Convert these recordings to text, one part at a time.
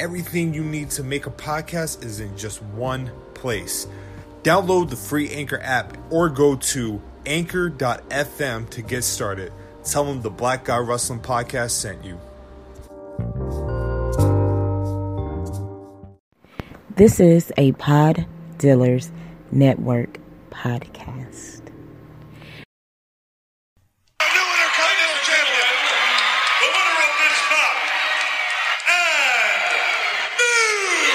everything you need to make a podcast is in just one place. Download the free Anchor app or go to anchor.fm to get started. Tell them the Black Guy Wrestling Podcast sent you. This is a Pod Dealers Network podcast. Our new Intercontinental Champion, the winner of this bout, and new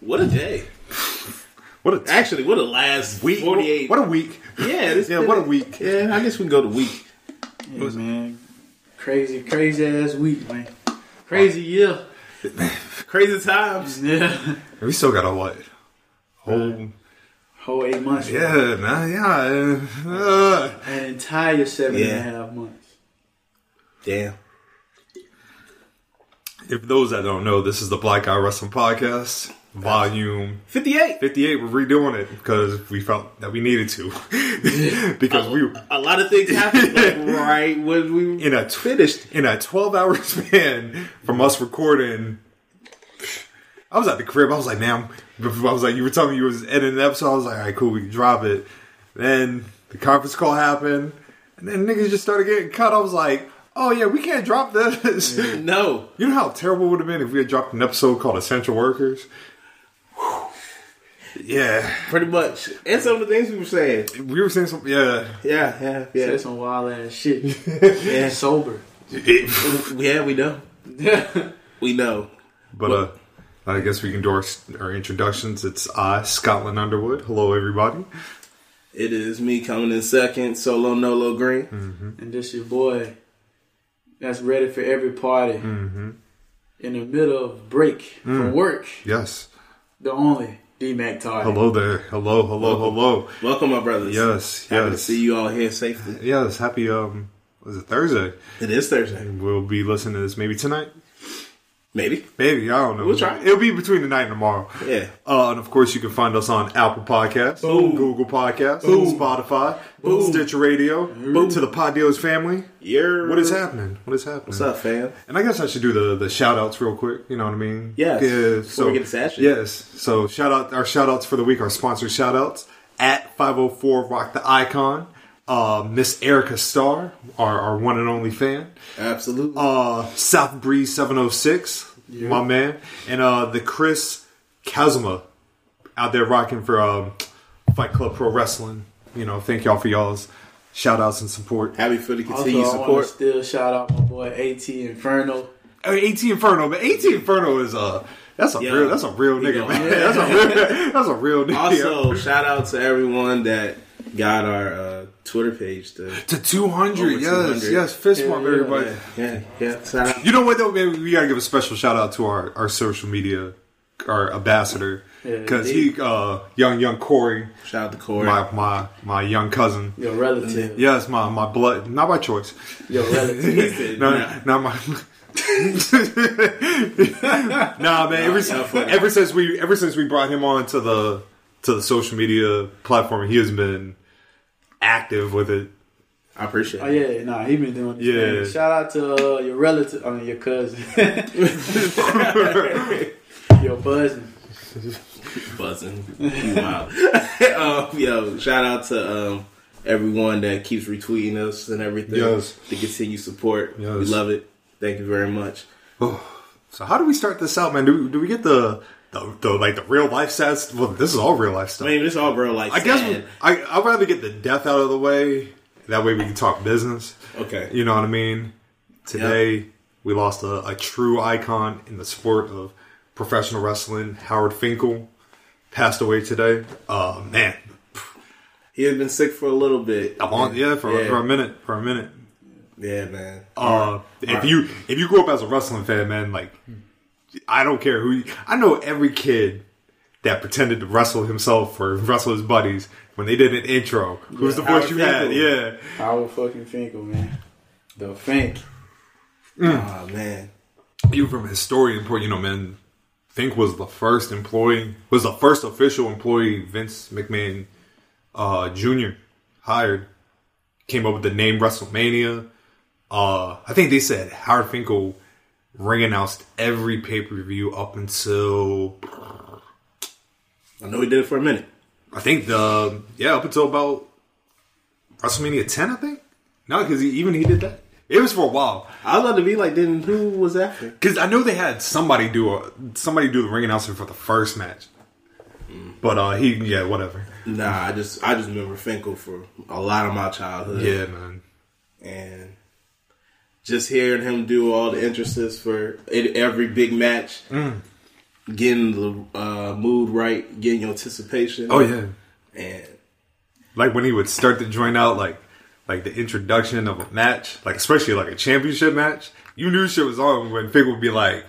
What a day. What a Actually, what a last week! 48. What a week! yeah, this yeah, what a week! Yeah, I guess we can go to week. Yeah, man. Crazy, crazy ass week, man. Crazy year. Crazy times. Yeah. We still got a what? Whole Whole eight months. yeah, man, yeah. uh, An entire seven and a Yeah. half months. Damn. if those that don't know, this is the Black Guy Wrestling Podcast, Volume 58. Fifty-eight. We're redoing it because we felt that we needed to, because we were A lot of things happened like, right when we in a finished in a twelve-hour span from us recording. I was at the crib. I was like, "Man," I was like, "You were telling me you was editing an episode." I was like, "All right, cool, we can drop it." Then the conference call happened, and then niggas just started getting cut. I was like, "Oh yeah, we can't drop this." No. You know how terrible it would have been if we had dropped an episode called "Essential Workers." Whew. Yeah, Pretty much. And some of the things we were saying. we were saying something. Yeah, Yeah, yeah, Yeah. yeah. That's some wild ass shit. Yeah, Sober. yeah we know. We know. But uh, I guess we can do our, our introductions. It's I, Scotland Underwood. Hello, everybody. It is me coming in second, solo Nolo Green. Hmm. and this your boy that's ready for every party. Mm-hmm. In the middle of break Mm. from work, Yes. the only D Mac Tardy. Hello there. Hello, hello, hello. Welcome, my brothers. Yes, Happy to yes. see you all here safely. Yes, happy, um, was it Thursday? It is Thursday. We'll be listening to this maybe tonight. Maybe. Maybe, I don't know. We'll try. It'll be between tonight and tomorrow. Yeah. Uh, and of course, you can find us on Apple Podcasts, Google Podcasts, Spotify, Stitcher Radio, to the Pod Dealers family. You're... What is happening? What is happening? What's up, fam? And I guess I should do the the shout outs real quick. You know what I mean? Yes. Yeah. So we get to Sash. yes. So shout out our shout outs for the week. Our sponsor shout outs at five hundred four rock the icon. Uh, Miss Erica Starr, our, our one and only fan. Absolutely. Uh, South Breeze seven hundred six, my man, and uh, the Chris Kazuma out there rocking for um, Fight Club Pro Wrestling. You know, thank y'all for y'all's shout outs and support. Happy for the Also, continued I want support. to still shout out my boy AT Inferno. I mean, AT Inferno, but AT Inferno is uh that's a Yeah. real that's a real You nigga, know. man. That's a real that's a real nigga. Also, shout out to everyone that got our uh, Twitter page. To, to two hundred, Over yes, 200. yes, fist bump yeah, everybody. yeah, yeah. Shout out. You know what though, man? We gotta give a special shout out to our our social media, our ambassador, Yeah, because he uh young young Corey, Shout out to Corey. my my my young cousin. Your relative. Yes, my my blood, not by choice. Your relative. No, not my. nah, man. Ever, yeah, fuck. ever since we ever since we brought him on to the to the social media platform, he has been active with it. I appreciate. Oh it. yeah, nah, he been doing this. Yeah. Yeah. Shout out to uh, your relative, I mean your cousin, your buzzing. buzzing. You wild. um, yo, shout out to um, everyone that keeps retweeting us and everything. Yes. The continued support. Yes. We love it. Thank you very much. So how do we start this out, man? Do, we- do we get the, the the like the real life stats? Well, this is all real life I stuff. mean, it's all real life. I guess sad. I I'd rather get the death out of the way. That way we can talk business. Okay. You know what I mean? Today we lost a, a true icon in the sport of professional wrestling. Howard Finkel passed away today. Uh, man, He had been sick for a little bit. I want- yeah, for, yeah. for a minute, for a minute. Yeah, man. Uh, if you if you grew up as a wrestling fan, man, like I don't care who you, I know every kid that pretended to wrestle himself or wrestle his buddies when they did an intro. Who's the Howard voice you had? Finkel. Yeah, Howard fucking Finkel, man. The Fink. Oh man. you from historian point, you know, man. Fink was the first employee, was the first official employee Vince McMahon uh, Jr. hired. Came up with the name WrestleMania. Uh, I think they said Howard Finkel ring announced every pay per view up until I know he did it for a minute. I think the yeah up until about WrestleMania 10, I think. No, because he, even he did that. It was for a while. I'd love to be like, then who was after? Because I know they had somebody do a, somebody do the ring announcement for the first match, but uh he yeah whatever Nah, I just I just remember Finkel for a lot of my childhood. yeah man and just hearing him do all the entrances for it, every big match, Mm. getting the uh, mood right, getting your anticipation. oh yeah and like when he would start to join out like like the introduction of a match like especially like a championship match you knew shit was on when Fig would be like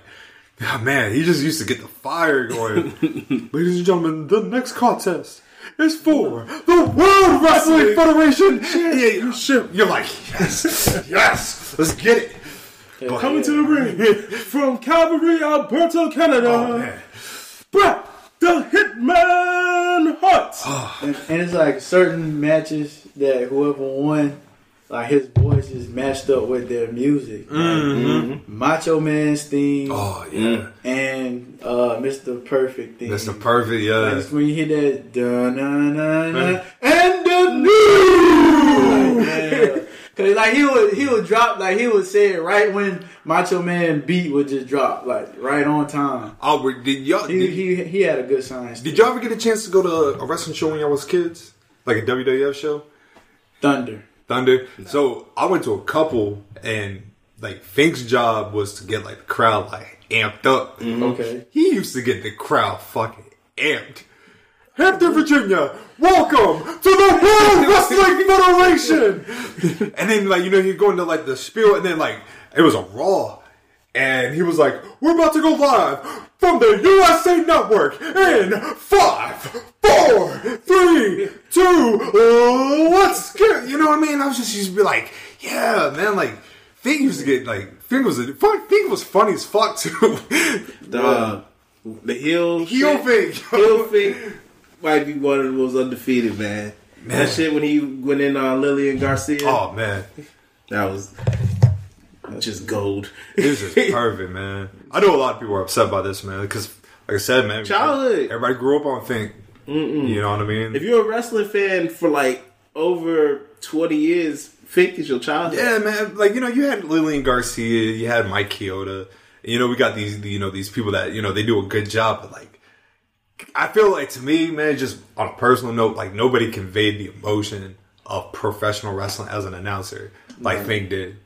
oh, man he just used to get the fire going ladies and gentlemen the next contest. is for the World Wrestling Federation Championship. You're like, yes, yes, let's get it. coming to the ring from Calgary, Alberta, Canada, Oh, man. Bret the Hitman Hart. Ah. And, and it's like certain matches that whoever won, like his voice is matched up with their music. Like, Macho Man's theme Mm-hmm. Oh yeah, and uh, Mr. Perfect theme. that's the perfect. uh, Yeah, That's when you hear that dun dun dun dun Man. and the new like, yeah. Cause like he would he would drop like he would say it right when Macho Man beat would just drop like right on time. oh, wait, did y'all He did, he he had a good science. did y'all ever get a chance to go to a wrestling show when y'all was kids, like a WWF show? Thunder. Thunder. So I went to a couple, and like Fink's job was to get like the crowd like amped up. Okay. He used to get the crowd fucking amped. Hampton, Virginia, welcome to the World Wrestling Federation. and then like you know he'd go into like the spiel, and then like it was a Raw, and he was like, "We're about to go live from the USA Network in five, four, three, two, let's get." You know what I mean? I was just used to be like, "Yeah, man." Like Fink used to get like Fink was a, fuck. Fink was funny as fuck too. Dog, the heel, Heel shit- Fink. heel Fink might be one of the most undefeated man. That shit when he went in on Lillian Garcia. oh man. That was just gold. This is perfect, man. I know a lot of people are upset by this, man, because like I said, man, Childhood. Everybody grew up on Think. You know what I mean? if you're a wrestling fan for like over 20 years, Fink is your childhood. yeah, man. Like you know, you had Lillian Garcia, you had Mike Chioda. You know, we got these, you know, these people that you know they do a good job, but like, I feel like to me, man, just on a personal note, like nobody conveyed the emotion of professional wrestling as an announcer like Fink did.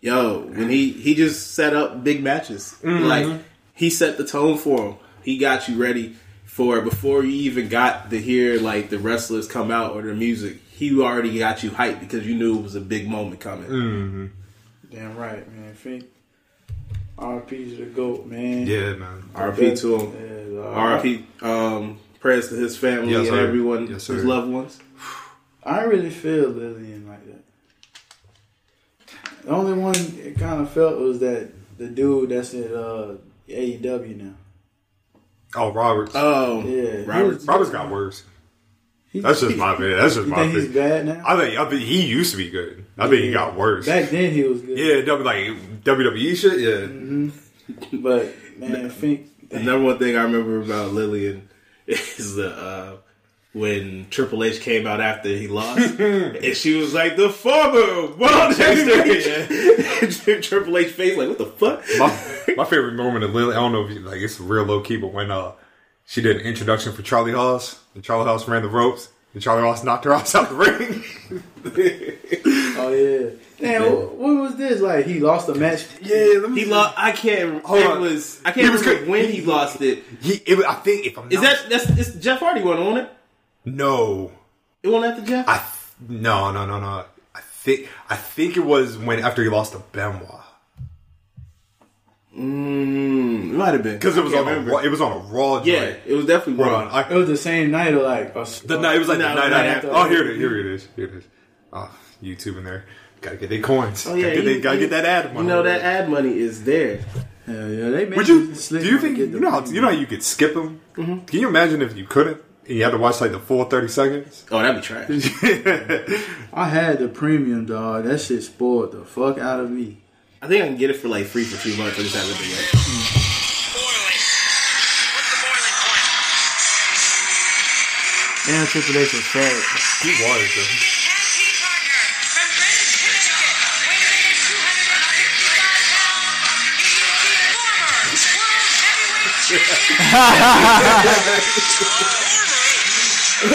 Yo, when he he just set up big matches. Mm-hmm. Like he set the tone for him. He got you ready for it before you even got to hear like the wrestlers come out or their music. He already got you hyped because you knew it was a big moment coming. Mm. Damn right, man. Fink. RP to the goat, man. uh, Yeah, man. RP to him. Yeah, dog. RP um prayers to his family Yes, and sir. everyone Yes, sir. his loved ones. I really feel Lillian like that. The only one it kind of felt was that the dude that's at uh, AEW now. Oh, Roberts. Oh Yeah. Roberts. Roberts got worse. That's just my opinion. That's just You my think opinion. he's bad now? I think I think he used to be good. I think he got worse. Back then he was good. yeah, W- like WWE shit. Yeah, But man, Fink. The number one thing I remember about Lillian is the uh, when Triple H came out after he lost, and she was like the former world champion. Triple H face like what the fuck? Mm. my, my favorite moment of Lily. I don't know if you, like it's real low key, but when uh she did an introduction for Charlie Haas, and Charlie Haas ran the ropes, and Charlie Haas knocked her ass out the ring. Oh yeah. Damn. What, what was this? Like he lost a match. yeah, let He lost. I can't. Hold it on. was. I He can't was remember good. when he lost it. He, it, was- I think if I'm Is not- that that's it's Jeff Hardy one on it? no. It won't have to Jeff. I th- no no no no. I think I think it was when after he lost to Benoit Mm, it might have been because it was I on can't a, remember. Raw- it was on a Raw. Yeah, joint. it was definitely Hold raw. on. I, It was the same night or like a, The night it was like No, the night, the I night after. Oh, here it is. Here it is. Here it is. Oh, YouTube in there. Gotta get their coins. Oh yeah, gotta, get, you- they, gotta get you- that ad money. You know that ad money is there. yeah, yeah, they made Would you? it slick Do you to think get you the Mm-hmm. know? How, money. you know how you could skip them? Can you imagine if you couldn't? And you had to watch like the full thirty seconds. Oh, that'd be trash. I had the premium dog. That shit spoiled the fuck out of me. I think I can get it for like free for two months. I just haven't been yet. Boiling. What's the boiling point? Damn, Triple H was sad. He was. Tag team partner from British Connecticut, weighing in at 255 pounds, he is the former world heavyweight champion.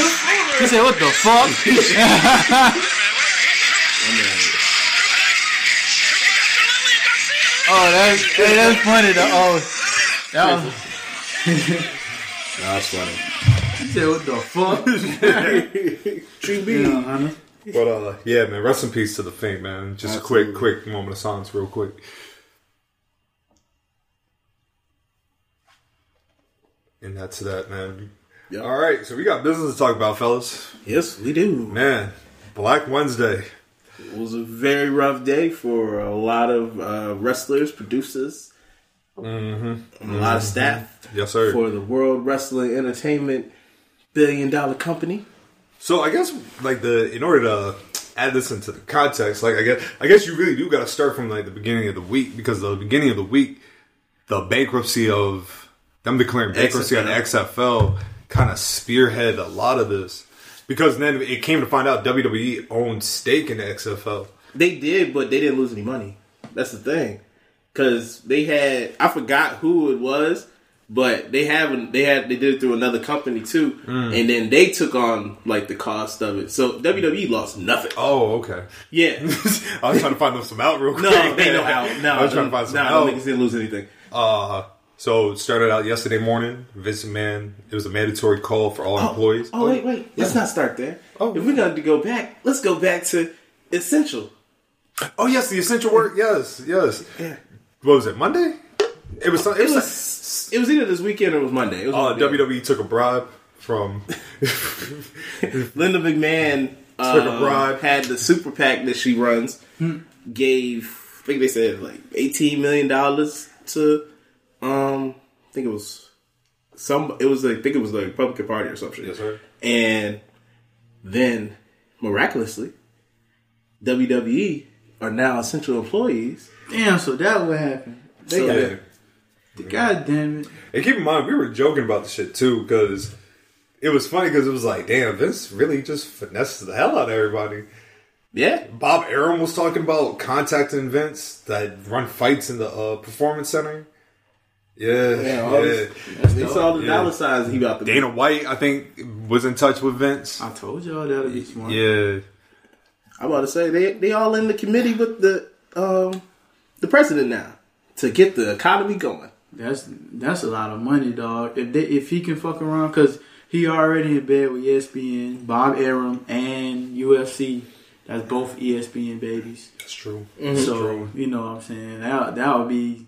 He said, "What the fuck?" Oh, that's hey, that's funny. Though. Oh, that was, Nah, that's funny. He said, "What the fuck?" True B. yeah, Hunter. But uh, yeah, man. Rest in peace to the Fink, man. Just a quick, quick moment of silence, real quick. And that's that, man. Yeah. All right, so we got business to talk about, fellas. Yes, we do. Man, Black Wednesday. It was a very rough day for a lot of uh, wrestlers, producers, and a lot of staff Yes, sir. for the World Wrestling Entertainment Billion Dollar Company. So I guess like the in order to add this into the context, like I guess I guess you really do got to start from like the beginning of the week because the beginning of the week, the bankruptcy of them declaring bankruptcy on XFL kind of spearheaded a lot of this because then it came to find out WWE owned stake in the XFL. They did, but they didn't lose any money. That's the thing, because they had I forgot who it was, but they haven't. They had they did it through another company too, and then they took on like the cost of it. So WWE lost nothing. Oh, okay. Yeah, I was trying to find them some out real quick. no, they know how. No, I was trying to find some no, out. the niggas didn't lose anything. Uh, so it started out yesterday morning. Vince McMahon, it was a mandatory call for all employees. Oh, wait, wait. Let's not start there. Oh. if we're going to go back, let's go back to essential. Oh yes, the essential work. Yes, yes. Yeah. What was it? Monday? It was. It It was. was it was either this weekend or it was Monday. It was uh, Monday. WWE took a bribe from. Linda McMahon Took a um, bribe. had the super PAC that she runs. Hmm. Gave I think they said like eighteen million dollars to um I think it was some it was like, I think it was the Republican Party or something. Yes, sir. And then miraculously, WWE are now essential employees. Damn, so that what happened. They So- got Yeah. God damn it. And keep in mind, we were joking about the shit too because it was funny because it was like, damn, Vince really just finesses the hell out of everybody. Yeah. Bob Arum was talking about contacting Vince that run fights in the uh, performance center. Yeah, Yeah, all yeah. this- They saw the Yeah. dollar signs he about to Dana White, I think, was in touch with Vince. I told y'all that'll be smart. Yeah. I'm about to say they they all in the committee with the um the president now to get the economy going. That's that's a lot of money, dog. If they if he can fuck around, cause he already in bed with E ESPN, Bob Arum, and UFC. That's both E ESPN babies. That's Mm-hmm. true. So you know what I'm saying that that would be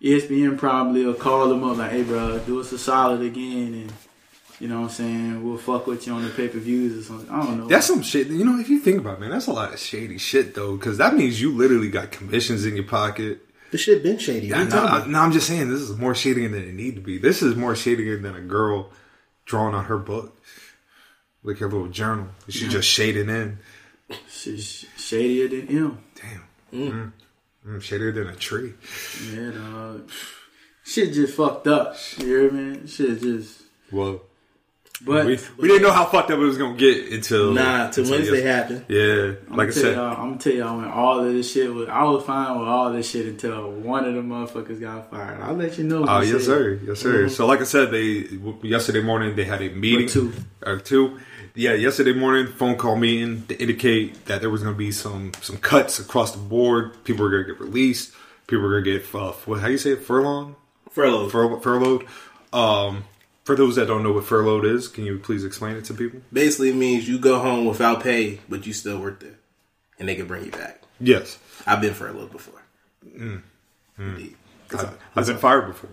E ESPN probably will call them up like, hey, bro, do us a solid again, and you know what I'm saying we'll fuck with you on the pay per views or something. I don't know. That's some shit. You know, if you think about it, man, that's a lot of shady shit though, because that means you literally got commissions in your pocket. The shit been shady. What I you talking know, about? no, I'm just saying this is more shadier than it need to be. This is more shadier than a girl drawing on her book, like her little journal. She just shading in. Shit's shadier than him. Damn, mm. Mm, shadier than a tree. Yeah, dog. Shit just fucked up. You hear me? man? Shit just. Well, But we, we didn't know how fucked up it was gonna get until Nah, till until Wednesday yes- happened. Yeah, like I I'm said, Y'all, I'm gonna tell y'all when all of this shit was. I was fine with all this shit until one of the motherfuckers got fired. I'll let you know. Oh who yes, said sir, yes, sir. So, like I said, they w- yesterday morning they had a meeting Or two. or two. Yeah, yesterday morning phone call meeting to indicate that there was going to be some some cuts across the board. People were going to get released. People were going to get uh, what? How do you say it? Furlong? Furlough. Fur- furloughed. Um, For those that don't know what furloughed is, can you please explain it to people? Basically, it means you go home without pay, but you still work there, and they can bring you back. Yes, I've been furloughed before. Mm, Indeed. That's all. I've been fired before.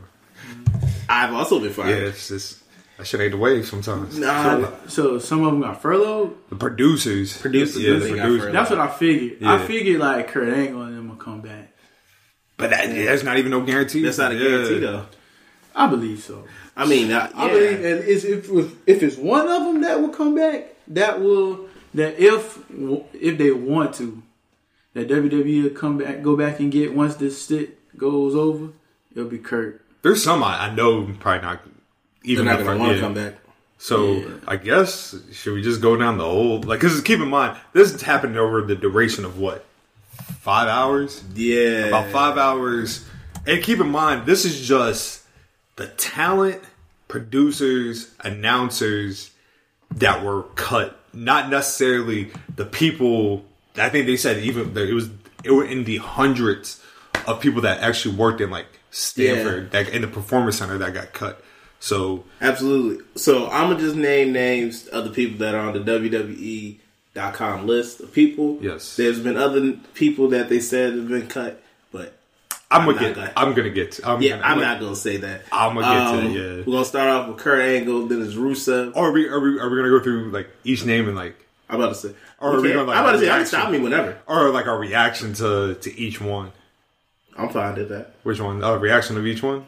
I've also been Yeah, fired. it's just that shit ain't the way sometimes. Nah, So some of them got furloughed. The producers, Producers, yeah, the they got producers. furloughed. That's what I figured. I Yeah. figured like Kurt Angle and them will come back. But that, yeah, that's not even no guarantee. that's not a Yeah. guarantee, though. I believe so. I mean, I, I yeah. believe, and is if if it's one of them that will come back, that will that if if they want to, that WWE will come back, go back and get once this shit goes over, it'll be Kurt. There's some I, I know probably not they're even not if I- going to want to yeah. come back. So I guess should we just go down the whole like? Because keep in mind this happened over the duration of what five hours, Yeah, about five hours, and keep in mind this is just the talent, producers, announcers that were cut, not necessarily the people. I think they said even that it was it were in the hundreds of people that actually worked in like Stanford that in the performance center that got cut. So Absolutely. So I'm gonna just name names of the people that are on the WWE.com list of people. Yes. There's been other people that they said have been cut, but I'm, I'm gonna not get. gonna- I'm gonna get. To, I'm yeah, gonna, I'm not gonna say that. Um, I'ma get to it, yeah. We're gonna start off with Kurt Angle, then it's Rusev. Are we? Are we? Are we gonna go through like each name and like, I'm about to say. Or are we Okay, gonna, like, I'm about to say. I can reaction? stop me whenever. or like our reaction to to each one? I'm fine with that. Which one? Uh, reaction of each one?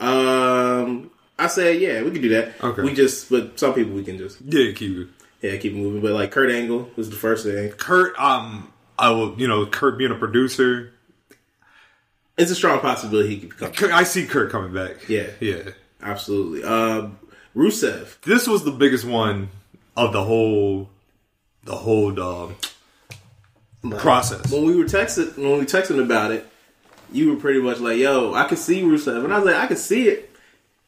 Um, I say yeah, we can do that. Okay. We just, but some people we can just Yeah, keep it. yeah keep it moving. But like Kurt Angle was the first thing. Kurt. Um, I will. You know, Kurt being a producer. It's a strong possibility he could become. Kurt, I see Kurt coming back. Yeah. yeah. Absolutely. Um, Rusev. This was the biggest one of the whole, the whole um, process. when we were texting when we texting about it, you were pretty much like, "Yo, I can see Rusev," and I was like, "I can see it,"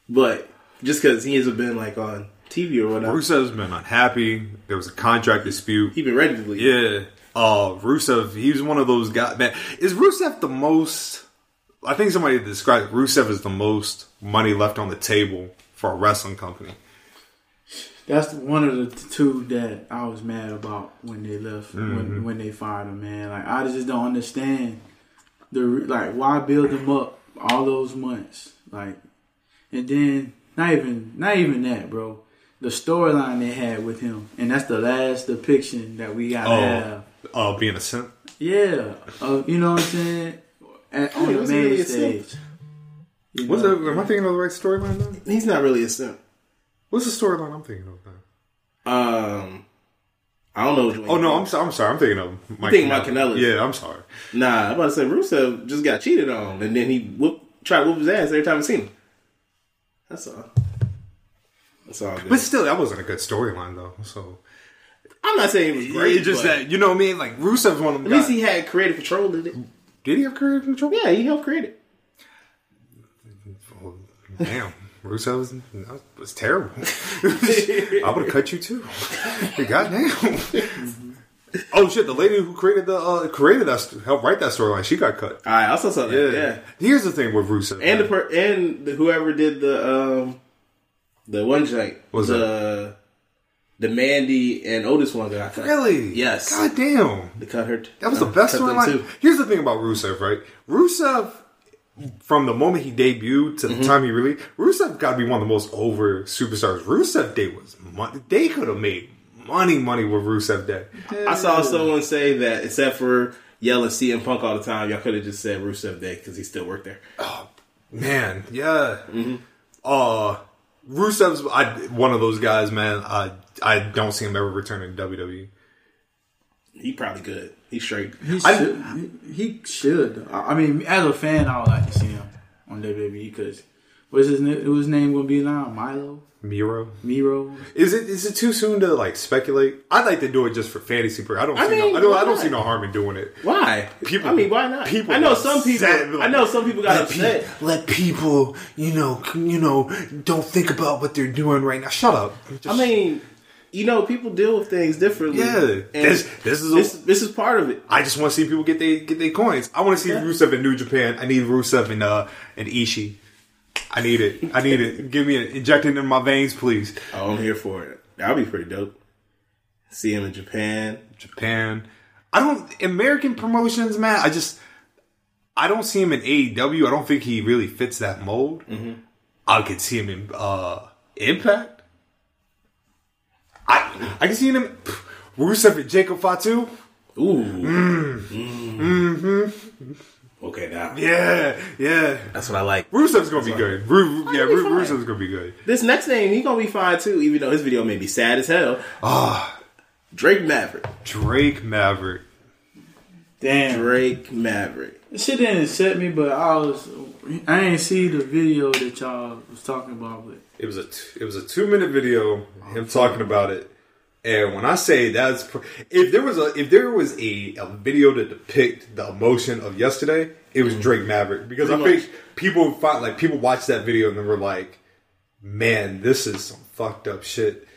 but just because he hasn't been like on TV or whatever, Rusev's been unhappy. There was a contract dispute. he been ready to leave. Yeah. Uh, Rusev, he's one of those guys. Man, is Rusev the most? I think somebody described Rusev as the most money left on the table for a wrestling company. That's one of the t- two that I was mad about when they left, Mm-hmm. when, when they fired him, man. Like I just don't understand the re- like why build them up all those months, like, and then not even not even that, bro. The storyline they had with him, and that's the last depiction that we gotta Oh, have. uh, being a simp. Yeah, uh, you know what I'm saying. At, on the wasn't really main a simp. stage. You What's know? the, am I thinking of the right storyline? Then? He's not really a simp. What's the storyline I'm thinking of? Then? Um, I don't know. Which one Oh you no, think. I'm sorry. I'm sorry. I'm thinking of Mike. think Mike Kanellis. Yeah, I'm sorry. nah. I'm about to say Rusev just got cheated on, and then he whoop tried to whoop his ass every time he seen him. That's all. That's all. Good. But still, that wasn't a good storyline though. So I'm not saying it was great. it's just but that you know what I mean. Like Rusev's one of them. at least guys- he had creative control in it. did he have creative control? Yeah, he helped create it. Oh, damn. Rusev was, that was terrible. I would have cut you too. Goddamn. Mm-hmm. oh shit! The lady who created the uh, created that st- helped write that storyline, she got cut. I also saw that. yeah. Here's the thing with Rusev and the man. per- and the, whoever did the um the one joint What's the the Mandy and Otis one that I cut. really, Yes. goddamn. They cut her. That was the uh, best cut them storyline. too. Here's the thing about Rusev, right? Rusev, from the moment he debuted Mm-hmm. to the time he released, Rusev got to be one of the most over superstars. Rusev Day was money. They could have made money, money with Rusev Day. I saw someone say that except for yelling CM Punk all the time, y'all could have just said Rusev Day because he still worked there. Oh, Man, yeah. Mm-hmm. Uh Rusev's I, one of those guys, man. I I don't see him ever returning to E. WWE. He probably good. He's straight. He should. He, he should. I I mean, as a fan, I would like to see him on WWE because what's his name? Whose name gonna be now? Milo, Miro, Miro. is it is it too soon to like speculate? I'd like to do it just for fantasy. pur- I don't. I see mean, no, I don't, I why don't see not? no harm in doing it. Why? I mean, why not? People I know got some people. upset, like, I know some people got let upset. peop- let people, you know, c- you know, don't think about what they're doing right now. Shut up. Just- I mean, you know, people deal with things differently. Yeah. And This- this is a- this, this is part of it. I just want to see people get they get their coins. I want to see Rusev in New Japan. I need Rusev in uh in Ishii. I need it. I need it. Give me an inject it into my veins, please. Oh, I'm here for it. That'd be pretty dope. See him in Japan. Japan. I don't American promotions, man. I just I don't see him in AEW. I don't think he really fits that mold. Mm-hmm. I could see him in uh, Impact. I I can see him. pff, Rusev and Jacob Fatu. Ooh. Mm-hmm. Mm. Okay, now Yeah, yeah. that's what I like. Rusev's gonna be good. Ru- Ru- yeah, Ru- Rusev's gonna be good. This next name, he gonna be fine too, even though his video may be sad as hell. Ah, Drake Maverick. Drake Maverick. Damn. Drake Maverick. This shit didn't set me, but I was I ain't see the video that y'all was talking about, but It was a t- it was a two minute video him talking about it, and when I say that's pr- if there was a if there was a, a video to depict the emotion of yesterday, it was Drake Maverick because I Mm. Pretty think people find like people watched that video and they were like, man, this is some fucked up shit.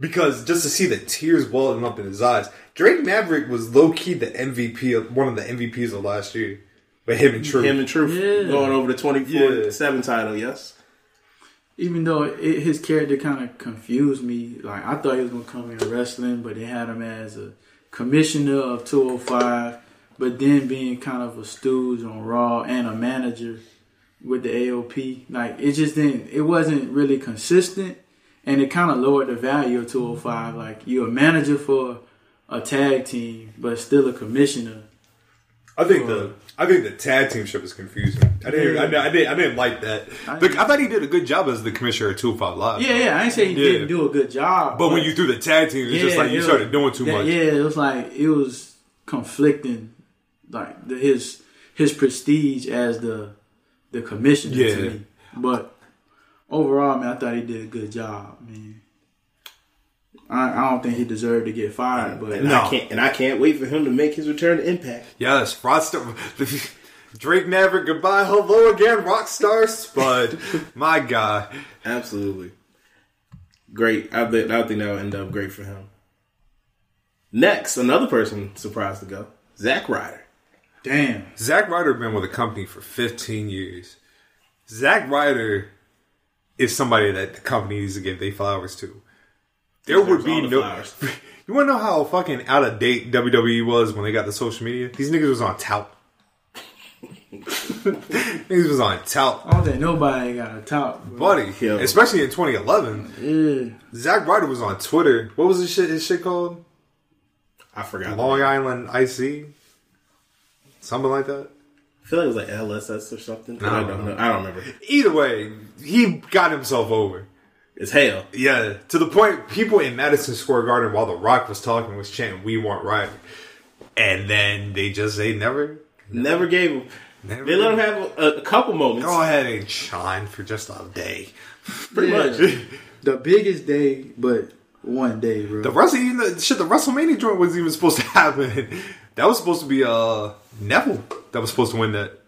Because just to see the tears welling up in his eyes, Drake Maverick was low key the MVP of one of the MVPs of last year, but him and True. Him and Truth Yeah. going over the Yeah. 24-7 title, yes? even though it, his character kind of confused me, like I thought he was gonna come in wrestling, but they had him as a commissioner of 205, but then being kind of a stooge on Raw and a manager with the AOP, like it just didn't, it wasn't really consistent, and it kind of lowered the value of 205. Like you're a manager for a tag team, but still a commissioner. I think the I think the tag team ship is confusing. I didn't I, didn't- I didn't I didn't like that. But I thought he did a good job as the commissioner of Two Five Live. Yeah, yeah, I ain't saying he Yeah. didn't do a good job, But when you threw the tag team, it's just like you it started was- doing too that- much. Yeah, it was like it was conflicting, like the, his his prestige as the the commissioner Yeah. to me. But overall, man, I thought he did a good job, man. I, I don't think he deserved to get fired, but And I can't and I can't wait for him to make his return to Impact. Yes, Rockstar Drake Maverick, goodbye, hello again, Rockstar Spud. My God. Absolutely. Great. I think I think that'll end up great for him. Next, another person surprised to go. Zack Ryder. damn, Zack Ryder been with a company for 15 years. Zack Ryder is somebody that the company needs to give their flowers to. There would Deserves be all the no. flowers. You want to know how fucking out of date WWE was when they got the social media? These niggas was on tout. Niggas was on tout, I don't think nobody got a top. But buddy. Yo. Especially in 2011, Zack Ryder was on Twitter. What was his shit? His shit called I forgot. Long Island IC, something like that. I feel like it was like LSS or something. No, I don't know. I don't remember. Either way, he got himself over. It's hell. Yeah, to the point people in Madison Square Garden while The Rock was talking was chanting "We want Ryder," and then they just they never Never gave him. Never They let him have a, a couple moments. go ahead and shine for just a day. pretty Yeah. much. the biggest day, but one day, bro. The Wrestle even the, shit the WrestleMania joint wasn't even supposed to happen. That was supposed to be uh Neville that was supposed to win that,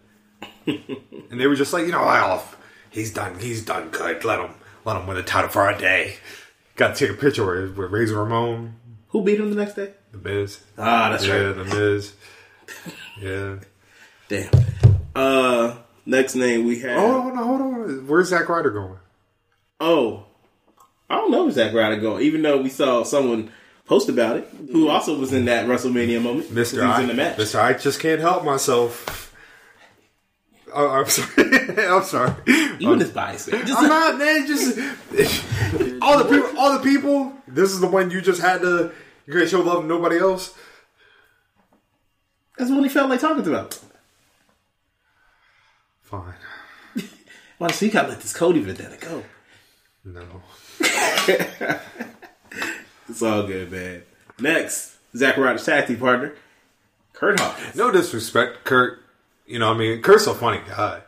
and they were just like you know I off. He's done. He's done good. Let him let him win the title for a day. Got to take a picture with, with Razor Ramon, Who beat him the next day? the Miz. Ah, that's Yeah, right. the Miz. Yeah. Damn. Uh, next name we have. Hold Oh, on, hold on, hold on. Where's Zack Ryder going? I don't know where Zack Ryder going. Even though we saw someone post about it, who also was in that WrestleMania moment. 'cause Mister, he was I, in the match. Mister, I just can't help myself. Oh, I'm sorry. I'm sorry. Even his bias. Just I'm not, man. Just all the people. All the people. This is the one you just had to. You gonna show love to nobody else? that's what he felt like talking about. Fine. Wow, so you gotta let this Cody vendetta go. No. It's all good, man. Next, Zack Ryder's tag team partner, Kurt Hawkins. No disrespect, Kurt. You know, what I mean, Kurt's a funny guy.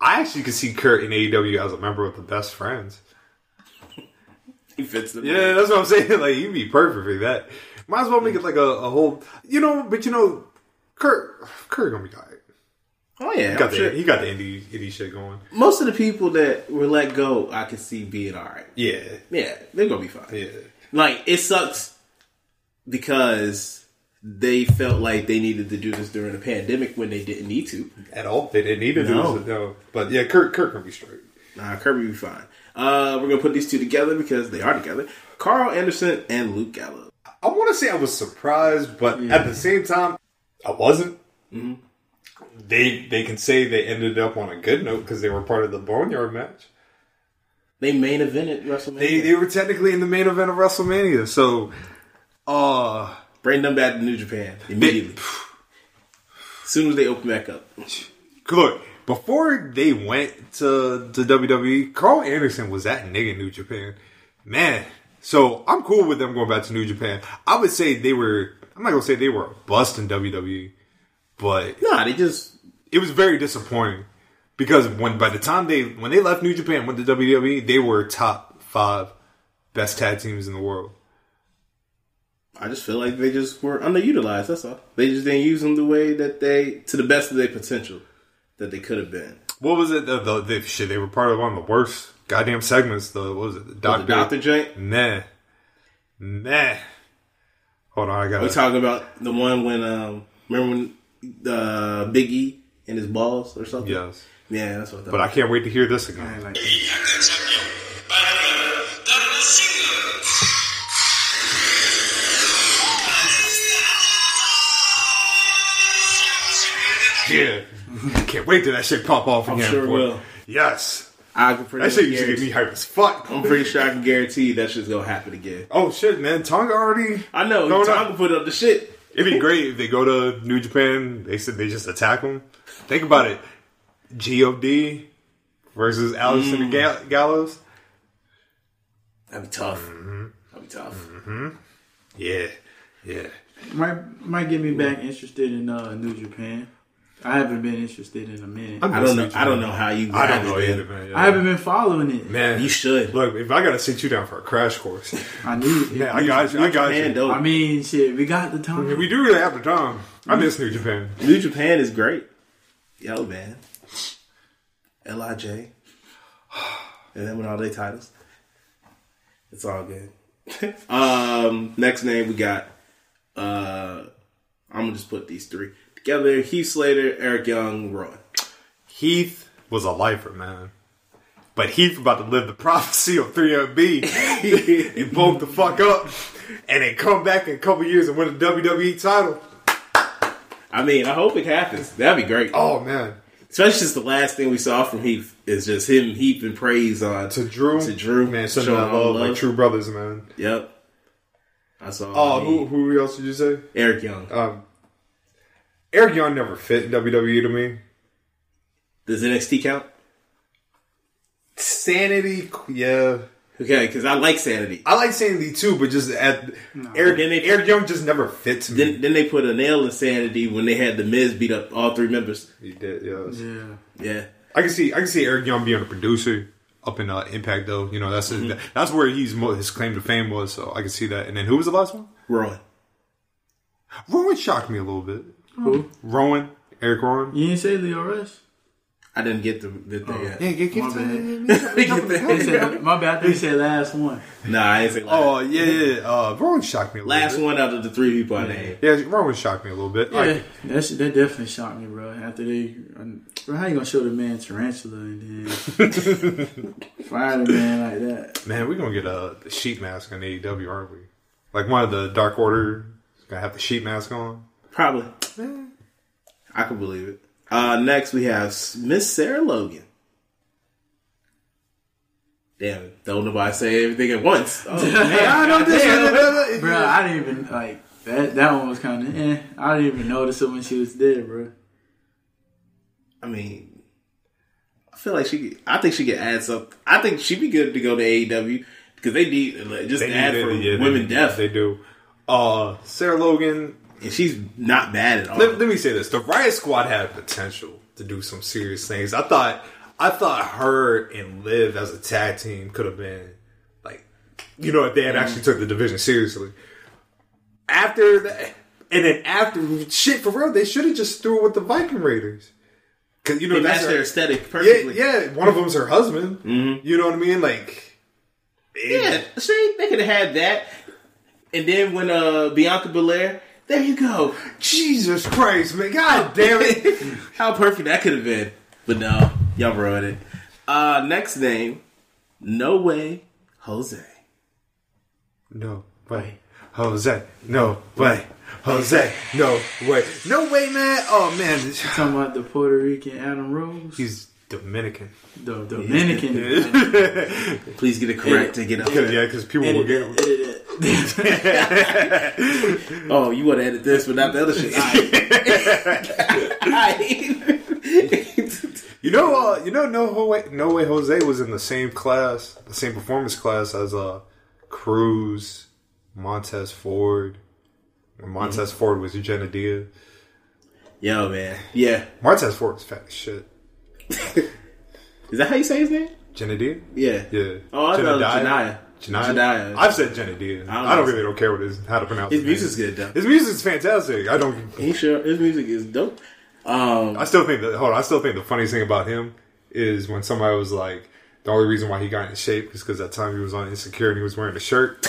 I actually could see Kurt in AEW as a member of the Best Friends. He fits the Yeah, that's what I'm saying. Like you'd be perfect for that. Might as well make it like a, a whole. You know, but you know, Kurt, Kurt gonna be tired. Oh yeah, He got I'm the sure. he got the indie indie shit going. most of the people that were let go, I can see being all right. Yeah, Yeah, they're gonna be fine. yeah, Like it sucks because they felt like they needed to do this during the pandemic when they didn't need to. at all. They didn't need to No. do this, no. But yeah, Kurt, Kurt gonna be straight. Nah, Kirby will be fine. Uh, we're gonna put these two together because they are together. Carl Anderson and Luke Gallows. I want to say I was surprised, but at the same time, I wasn't. Mm-hmm. They they can say they ended up on a good note because they were part of the Boneyard match. They main evented WrestleMania. They they were technically in the main event of WrestleMania, so uh Bring them back to New Japan immediately. as soon as they open back up. look before they went to to WWE, Carl Anderson was that nigga in New Japan, man. So I'm cool with them going back to New Japan. I would say they were. I'm not gonna say they were busting WWE, E, but Nah, they just it was very disappointing because when by the time they when they left New Japan went to WWE, they were top five best tag teams in the world. I just feel like they just were underutilized, that's all. They just didn't use them the way that they to the best of their potential that they could have been. What was it? The, the, the shit they were part of one of the worst goddamn segments. The what was it? The But doctor. The Doctor Jank. Nah, nah. Hold on, I got We're to talking about the one when um remember when uh Big E and his balls or something? yes, Yeah, that's what I thought. but I can't wait to hear this again. Like, Yeah, can't wait till that shit pop off I'm again. sure it boy. will. Yes, I can pretty that shit much used to get me guarantee, hype as fuck. I'm pretty sure I can guarantee that shit's gonna happen again. Oh shit, man! Tonga already. I know, No, no. Tom can put up the shit. It'd be great if they go to New Japan. They said they just attack them. Think about it. God versus Allison Mm. and Gall- Gallows. That'd be tough. Mm-hmm. That'd be tough. Yeah, yeah. might might get me back interested in uh, New Japan. I haven't been interested in a minute. I'm- I'm, I don't know. I don't know how you. I don't know it. either, man. Yeah. I have not been following it. man. You should. Look, if I gotta sit you down for a crash course, I need it. man, I got you. I got Japan, you. dope. I mean, shit, we got the If time. we do really have the time, I miss New Japan. New Japan is great. Yo, man. Lij. And then with all their titles, it's all good. um, next name we got. Uh, I'm gonna just put these three together: Heath Slater, Eric Young, Roy. Heath was a lifer, man. But Heath about to live the prophecy of 3MB. he broke the fuck up and then come back in a couple years and win a WWE title. I mean, I hope it happens. That'd be great. Oh man. Especially since the last thing we saw from Heath is just him heaping praise on To Drew. To Drew, Man, sending Showing that all love, like true brothers, man. Yep. I saw. Oh, I who, mean, who else did you say? Eric Young. Um, Eric Young never fit in WWE to me. Does NXT count? Sanity, yeah. Okay, because I like Sanity. I like Sanity too, but just at Eric, Then they- Eric Young just never fits me. Then, then they put a nail in Sanity when they had the Miz beat up all three members. he did, yes. Yeah. Yeah, I can see I can see Eric Young being a producer up in uh, Impact though. You know that's his, that's where he's mo- his claim to fame was. So I can see that. And then who was the last one? Rowan. Rowan shocked me a little bit. Who? Rowan, Eric Rowan. You didn't say Leo Rush? I didn't get the, the thing. yet. Yeah, get, My get bad. They to said, my bad. I think you said last one. Nah, I didn't say last. Oh yeah, yeah. yeah. Uh, Rowan shocked me. A little last bit. one out of the three people I named. Yeah, Rowan shocked me a little bit. Like, that shit, that definitely shocked me, bro. After they, um, bro, how you gonna show the man tarantula and then fire the man like that? man, we're gonna get a sheet mask on AEW, aren't we? Like one of the Dark Order is gonna have the sheet mask on. Probably. I can believe it. Uh, next we have Miss Sarah Logan. Damn it! Don't nobody say everything at once. Oh, man. I know this. Bro, I didn't even like that. That one was kind of, eh. I didn't even notice it when she was there, bro. I mean, I feel like she. could- I think she could add some. I think she'd be good to go to AEW because they need like, just They add need it, for yeah, women they, death, They do. Uh, Sarah Logan. and she's not bad at all. Let, let me say this: the Riot Squad had potential to do some serious things. I thought, I thought her and Liv as a tag team could have been like, you know, if they Mm-hmm. had actually took the division seriously. After that, and then after shit for real, they should have just threw it with the Viking Raiders. Cause you know They that's her- match their aesthetic Yeah, perfectly. yeah. Mm-hmm. One of them's her husband. You know what I mean? Like, yeah. See, they could have had that, and then when uh Bianca Belair, there you go. Jesus Christ, man! God damn it! How perfect that could have been, but no, y'all ruined it. Uh, next name, No Way Jose. No way. Jose. No way. Jose. No way. No way, man. Oh, man. Talking about the Puerto Rican Adam Rose, He's Dominican. the Dominican. Please get it correct and get up. Yeah, because people will get him. Edit that. Oh, you want to edit this, but not the other shit. Aight. You know, uh, you know, no way, no way, Jose was in the same class, the same performance class as uh, Cruz, Montez Ford. When Montez Mm-hmm. Ford was Jenna Diaz. Yo, man. Yeah. Montez Ford was fat as shit. Is that how you say his name? Jenna Diaz? Yeah. Yeah. Oh, I know Janaya. Janaya. Janaya. I've said Jenna Diaz. I don't don't, know. really don't care what his, how to pronounce His name. music's good though. His music's fantastic. I don't. He sure his music is dope. Um, I still think that. Hold on. I still think the funniest thing about him is when somebody was like, the only reason why he got in shape is because that time he was on Insecure and he was wearing a shirt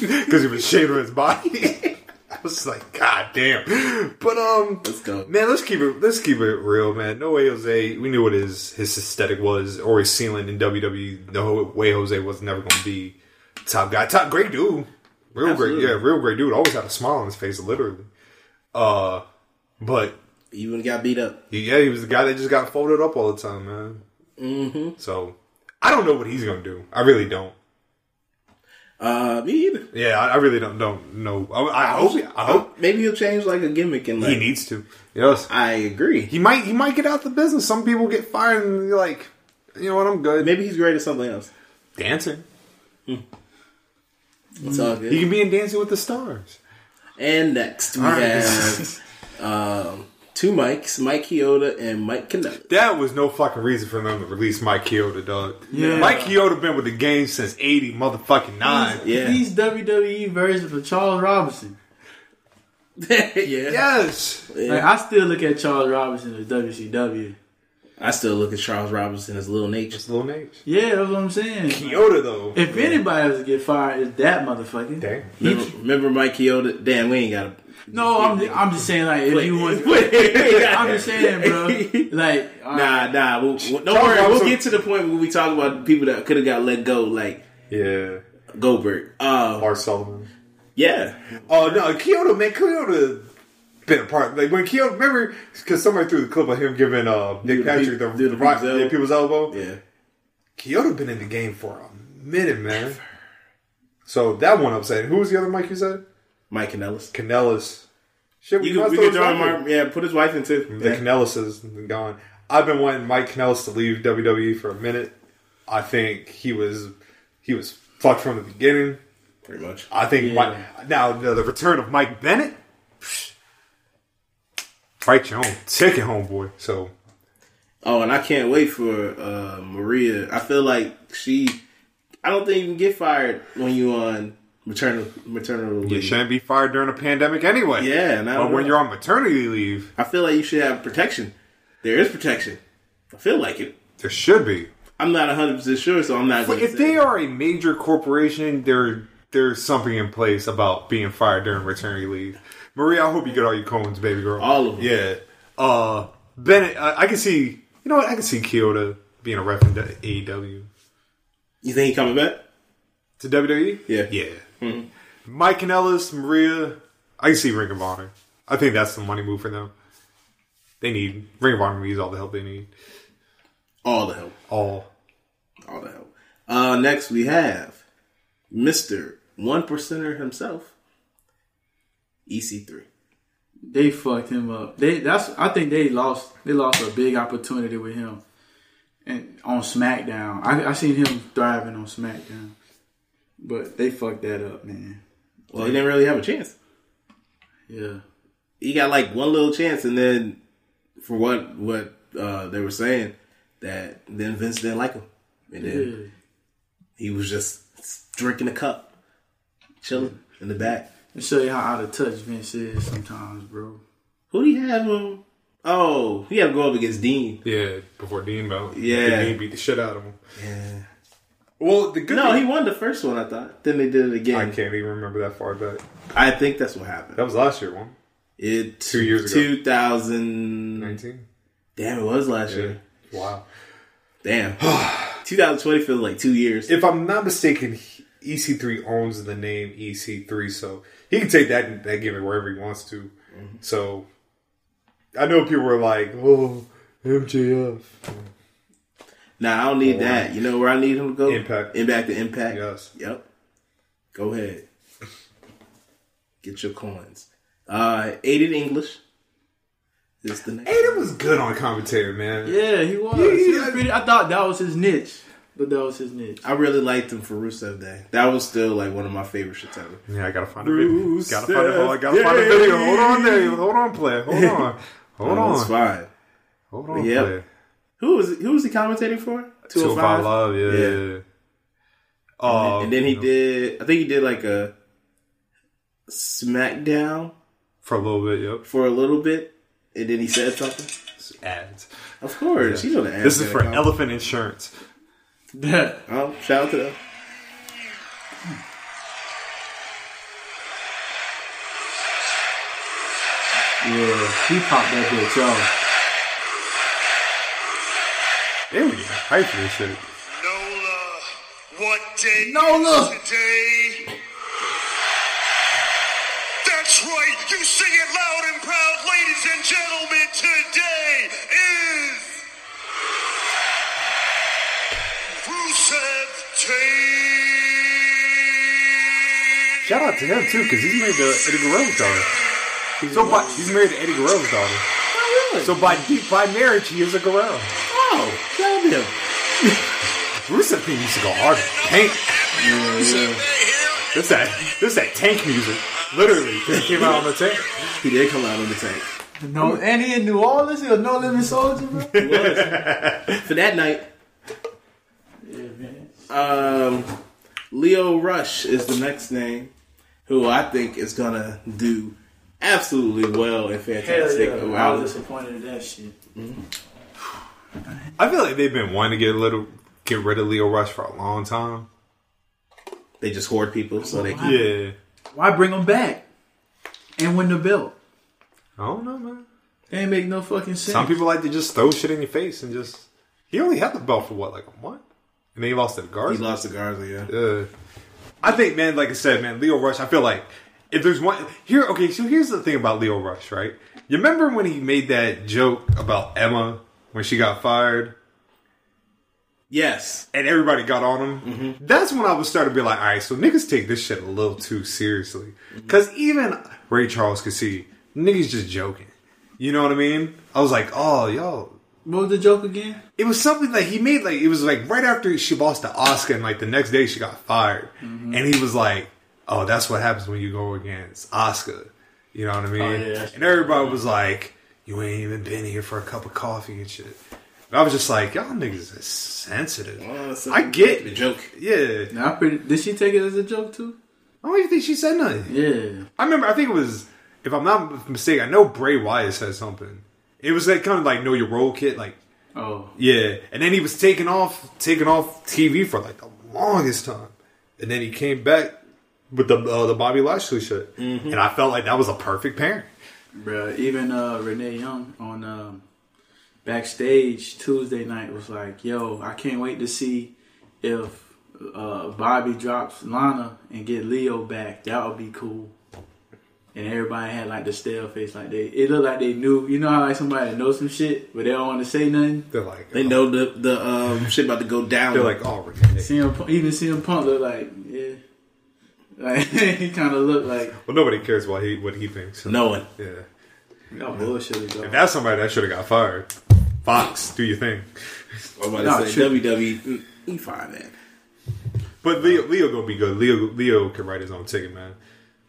because he was shaving his body. I was like, God damn. But um, Let's go. man. Let's keep it. Let's keep it real, man. No way, Jose. We knew what his his aesthetic was or his ceiling in WWE. No way, Jose was never going to be top guy. Top great dude. Real Absolutely. great, yeah, real great dude. Always had a smile on his face, literally. Uh, but even got beat up. he- Yeah, he was the guy that just got folded up all the time, man. Mm-hmm. So I don't know what he's gonna do. I really don't. Uh, me either. Yeah, I, I really don't don't know. I, I hope. I hope Maybe he'll change like a gimmick and like. he needs to. Yes, I agree. he might. He might get out the business. Some people get fired and you're like, you know what? I'm good. Maybe he's great at something else. dancing. It's all good. Mm. He can be in Dancing with the Stars. And next we right. have um, two mics, Mike Chioda and Mike Canella. That was no fucking reason for them to release Mike Chioda, dog. Yeah. Mike Chioda been with the game since eighty motherfucking nine. Yeah. He's WWE version of Charles Robinson. yeah. Yes, Like I still look at Charles Robinson as WCW. I still look at Charles Robinson as Little Nature. Lil Nate. Yeah, that's what I'm saying. Chioda though. If anybody was to get fired, it's that motherfucker. Dang. Remember, remember Mike Chioda? Damn, we ain't got to. No, I'm I'm just saying like if you want, I'm just saying, bro. Like all Nah, right. nah. We'll, we'll, don't Charles worry. We'll Robinson- get to the point where we talk about people that could have got let go, like Yeah, Goldberg. Uh, R. Sullivan. yeah. Oh no, Kyoto man, Kyoto been a part. Like when Kyoto, remember because somebody threw the clip of him giving uh, Nick Dude, Patrick the the, peop- dude, the the rock people's yeah, elbow. people's elbow. Yeah. Kyoto been in the game for a minute, man. So that one upset. Who was the other Mike you said? Mike Canellis. Canellis. Shit, You can, must we throw can his throw name him in. our, yeah, put his wife in too. The Canellis is gone. I've been wanting Mike Canellis to leave WWE for a minute. I think he was he was fucked from the beginning. Pretty much. I think Mike, now the, the return of Mike Bennett. psh, Fight your own ticket, homeboy. So Oh, and I can't wait for uh, Maria. I feel like she. I don't think you can get fired when you on maternal maternal you leave. shouldn't be fired during a pandemic anyway. Yeah, and I but don't when know. you're on maternity leave, I feel like you should have protection. There is protection. I feel like it. there should be. I'm not 100 percent sure, so I'm not. But gonna if say. they are a major corporation, there there's something in place about being fired during maternity leave. Maria, I hope you get all your cones, baby girl. All of them. Yeah. Uh, Bennett, I, I can see. You know what? I can see Kyoto being a E ref in AEW. you think he coming back? To WWE? Yeah. Yeah. Hmm. Mike and Ellis, Maria, I can see Ring of Honor. I think that's the money move for them. They need Ring of Honor needs all the help they need. All the help. All. All the help. Uh, next we have Mister One Percenter himself, E EC3. they fucked him up. They that's I think they lost they lost a big opportunity with him, and on SmackDown I I seen him thriving on SmackDown, but they fucked that up, man. Well, he didn't really have a chance. Yeah. he got like one little chance, and then for what what uh, they were saying that then Vince didn't like him, and then he was just drinking a cup, chilling in the back. And show you how out of touch Vince is sometimes, bro. Who do you have him? Oh, he had to go up against Dean. Yeah, before Dean Bell. Yeah. Dean beat the shit out of him. Yeah. Well, the good No, he thing, won the first one. I thought. Then they did it again. I can't even remember that far back. I think that's what happened. That was last year, one. It Two years ago. two thousand. Nineteen. Damn, it was last Yeah. year. Wow. Damn. 2020 feels like two years. If I'm not mistaken, he- EC3 owns the name EC3, so he can take that that gimmick wherever he wants to. Mm-hmm. So I know people were like, "Oh, MJF." Nah, I don't need that. You know where I need him to go? Impact. Impact to impact. Yes. Yep. Go ahead. Get your coins. Uh, Aiden English. Is the next. Aiden was good on commentary, man. Yeah, he was. He was pretty, I thought that was his niche, but that was his niche. I really liked him for Rusev Day. That was still like one of my favorite shits ever. Yeah, I gotta find a video. Bruce Gotta find a, oh, I gotta F. find a video. Day. Hold on, there. Hold on, player. Hold on. Hold Oh, It's on. fine. Hold on, Yep. player. Who was who was he commentating for? Two of our 205? love, yeah. Yeah. yeah. yeah. Oh, and then he you know, did. I think he did like a SmackDown for a little bit. Yep. for a little bit, and then he said something. Ads. Of course, you know the. This is Aztec for account. elephant insurance. Oh, shout out to them. Yeah, he popped that bitch off. They were getting hyped for this shit. Nola, what day Nola! is today? That's right, you sing it loud and proud, ladies and gentlemen, today is Rusev Day. Shout out to him too, because he's married to Eddie Guerrero's daughter. so by, he's married to Eddie Guerrero's daughter. So by by marriage, he is a Guerrero. Oh, shout out to him. Rusev theme used to go hard. Tank. This that this that tank music. Literally, it came out on the tank. He did come out on the tank No, and he in New Orleans, he was no living soldier, bro. for that night. Um, Leo Rush is the next name, who I think is gonna do absolutely well and Hell fantastic. yeah, I was disappointed in that shit. I feel like they've been wanting to get a little get rid of Leo Rush for a long time. They just hoard people so they can. Yeah. Why bring him back and win the belt? I don't know, man. That ain't make no fucking sense. Some people like to just throw shit in your face and just. He only had the belt for what, like a month, and then he lost to He Garza. lost to Garza, yeah. Uh, I think, man, like I said, man, Leo Rush. I feel like if there's one here, okay. So here's the thing about Leo Rush, right? You remember when he made that joke about Emma when she got fired Yes, and everybody got on him? That's when I was starting to be like, all right, so niggas take this shit a little too seriously. Because even Ray Charles could see niggas just joking. You know what I mean? I was like, oh, y'all, What was the joke again? it was something that he made like it was like right after she lost to Oscar and like the next day she got fired. Mm-hmm. And he was like, Oh, that's what happens when you go against Oscar. You know what Oh, I mean? yeah. And everybody was like, You ain't even been here for a cup of coffee and shit. And I was just like, Y'all niggas is sensitive. Oh, so I get the it. joke. Yeah. Now, I pretty, did she take it as a joke too? I don't even think she said nothing. Yeah. I remember I think it was if I'm not mistaken, I know Bray Wyatt said something. It was like kind of like know your role kid, like Oh, Yeah, and then he was taken off, taken off TV for like the longest time, and then he came back with the uh, the Bobby Lashley shit, Mm-hmm. and I felt like that was a perfect pairing. bro. Even uh, Renee Young on um, backstage Tuesday night was like, "Yo, I can't wait to see if uh, Bobby drops Lana and get Leo back. That would be cool." And everybody had like the stale face, like they. It looked like they knew. You know how like somebody knows some shit, but they don't want to say nothing. They're like, They oh, know the the um, shit about to go down. they're like, oh, Renee. CM, Punk- even CM Punk looked like, yeah, like he kind of looked like Well, nobody cares what he what he thinks. no one. Yeah, y'all bullshit. if dog. that's somebody that should have got fired. Fox, do your thing. I'm Nah, about to say true. WWE. mm, He fine, man. But Leo, Leo gonna be good. Leo, Leo can write his own ticket, man.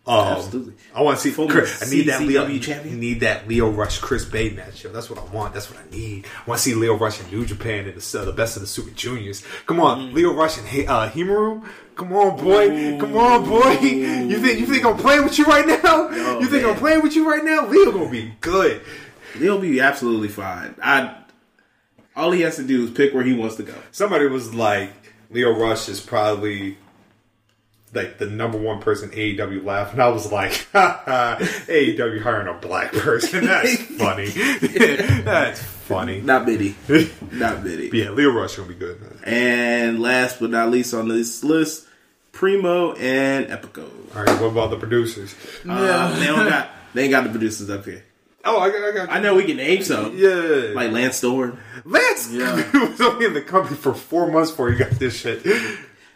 Um, Absolutely. I want to see. Former Chris, I need that Leo. CCW champion. Need that Leo Rush Chris Bay match. Yo, that's what I want. That's what I need. I want to see Leo Rush and New Japan and the, uh, the best of the Super Juniors. Come Mm-hmm. on, Leo Rush and He- uh, Himaru. Come on, boy. Come on, boy. You think you think I'm playing with you right now? you think man. I'm playing with you right now? Leo gonna be good. He'll be absolutely fine. I all he has to do is pick where he wants to go. Somebody was like, Leo Rush is probably like the number one person AEW left, and I was like, ha, ha, AEW hiring a black person. That's funny. That's funny. Not Biddy. Not Biddy. Yeah, Leo Rush gonna be good. And last but not least on this list, Primo and Epico. All right, what about the producers? Uh, they don't got they ain't got the producers up here. Oh, I got, I got, I know we can name some. yeah. Like Lance Storm. Lance Yeah. was only in the company for four months before he got this shit.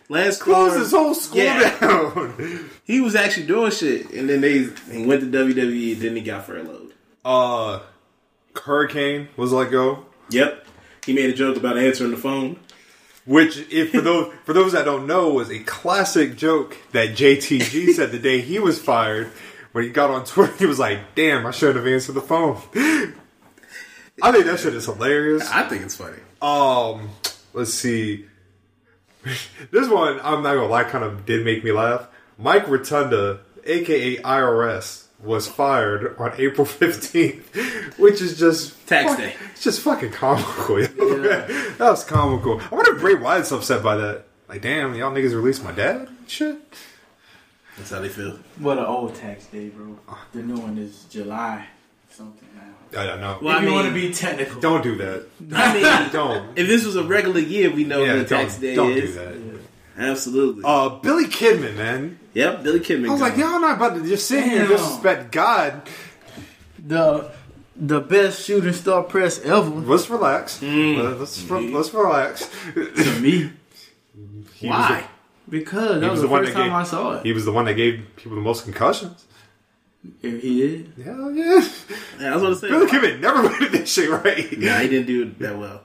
Lance Closed Storm- his whole school Yeah. down. He was actually doing shit, and then they he went to WWE, then he got furloughed. Uh, Hurricane was let go. Yep. He made a joke about answering the phone. Which, if for those for those that don't know, was a classic joke that JTG said the day he was fired. When he got on Twitter, he was like, "Damn, I shouldn't have answered the phone." I think that shit is hilarious. I think it's funny. Um, let's see. this one, I'm not gonna lie, kind of did make me laugh. Mike Rotunda, aka IRS, was fired on April 15th, which is just Tax fuck- day. It's just fucking comical. yo. that was comical. I wonder if Bray Wyatt's upset by that. Like, damn, y'all niggas released my dad? and Shit. That's how they feel. What an old tax day, bro. The new one is July something now. I don't know. Well, I if you mean- want to be technical, don't do that. I mean, Don't. if this was a regular year, we know Yeah, what tax don't, day don't do is. that. Absolutely. Uh, Billy Kidman, man. yep, Billy Kidman. I was like, gone. y'all not about to just sit here and Damn. disrespect God. the the best shooting star press ever Let's relax. Mm. Let's, re- let's relax. to me He Why? because that Was the, he was was the, the one first that time gave, I saw it. He was the one that gave people the most concussions. If he did. Hell yeah. Yeah, I was going to say. Billy Kidman never looked at this shit right. Nah, he didn't do it that well.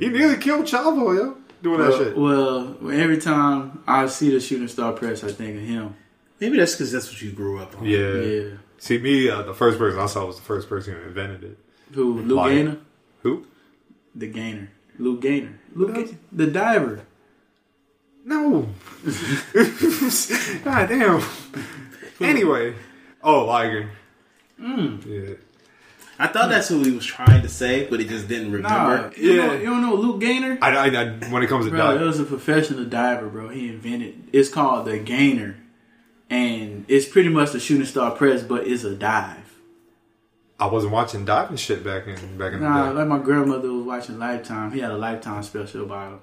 He nearly killed Chavo, yo. Doing that shit. Well, every time I see the shooting star press, I think of him. Maybe that's because that's what you grew up on. Yeah. Yeah. See, me, uh, the first person I saw was the first person who invented it. Who? Lou Lion. Gainer? Who? The Gainer. Lou Gainer. Lou Ga- the diver. No. God damn. Hmm. Anyway. Oh, Liger. Yeah. I thought that's who he was trying to say, but he just didn't remember. Nah, you, Yeah. know, you don't know Luke Gainer? I, I, I- when it comes to Bro, diet- it was a professional diver, bro. He invented. It's called the Gainer, and it's pretty much the shooting star press, but it's a dive. I wasn't watching diving shit back in back in Nah, the day. like my grandmother was watching Lifetime. He had a Lifetime special about him.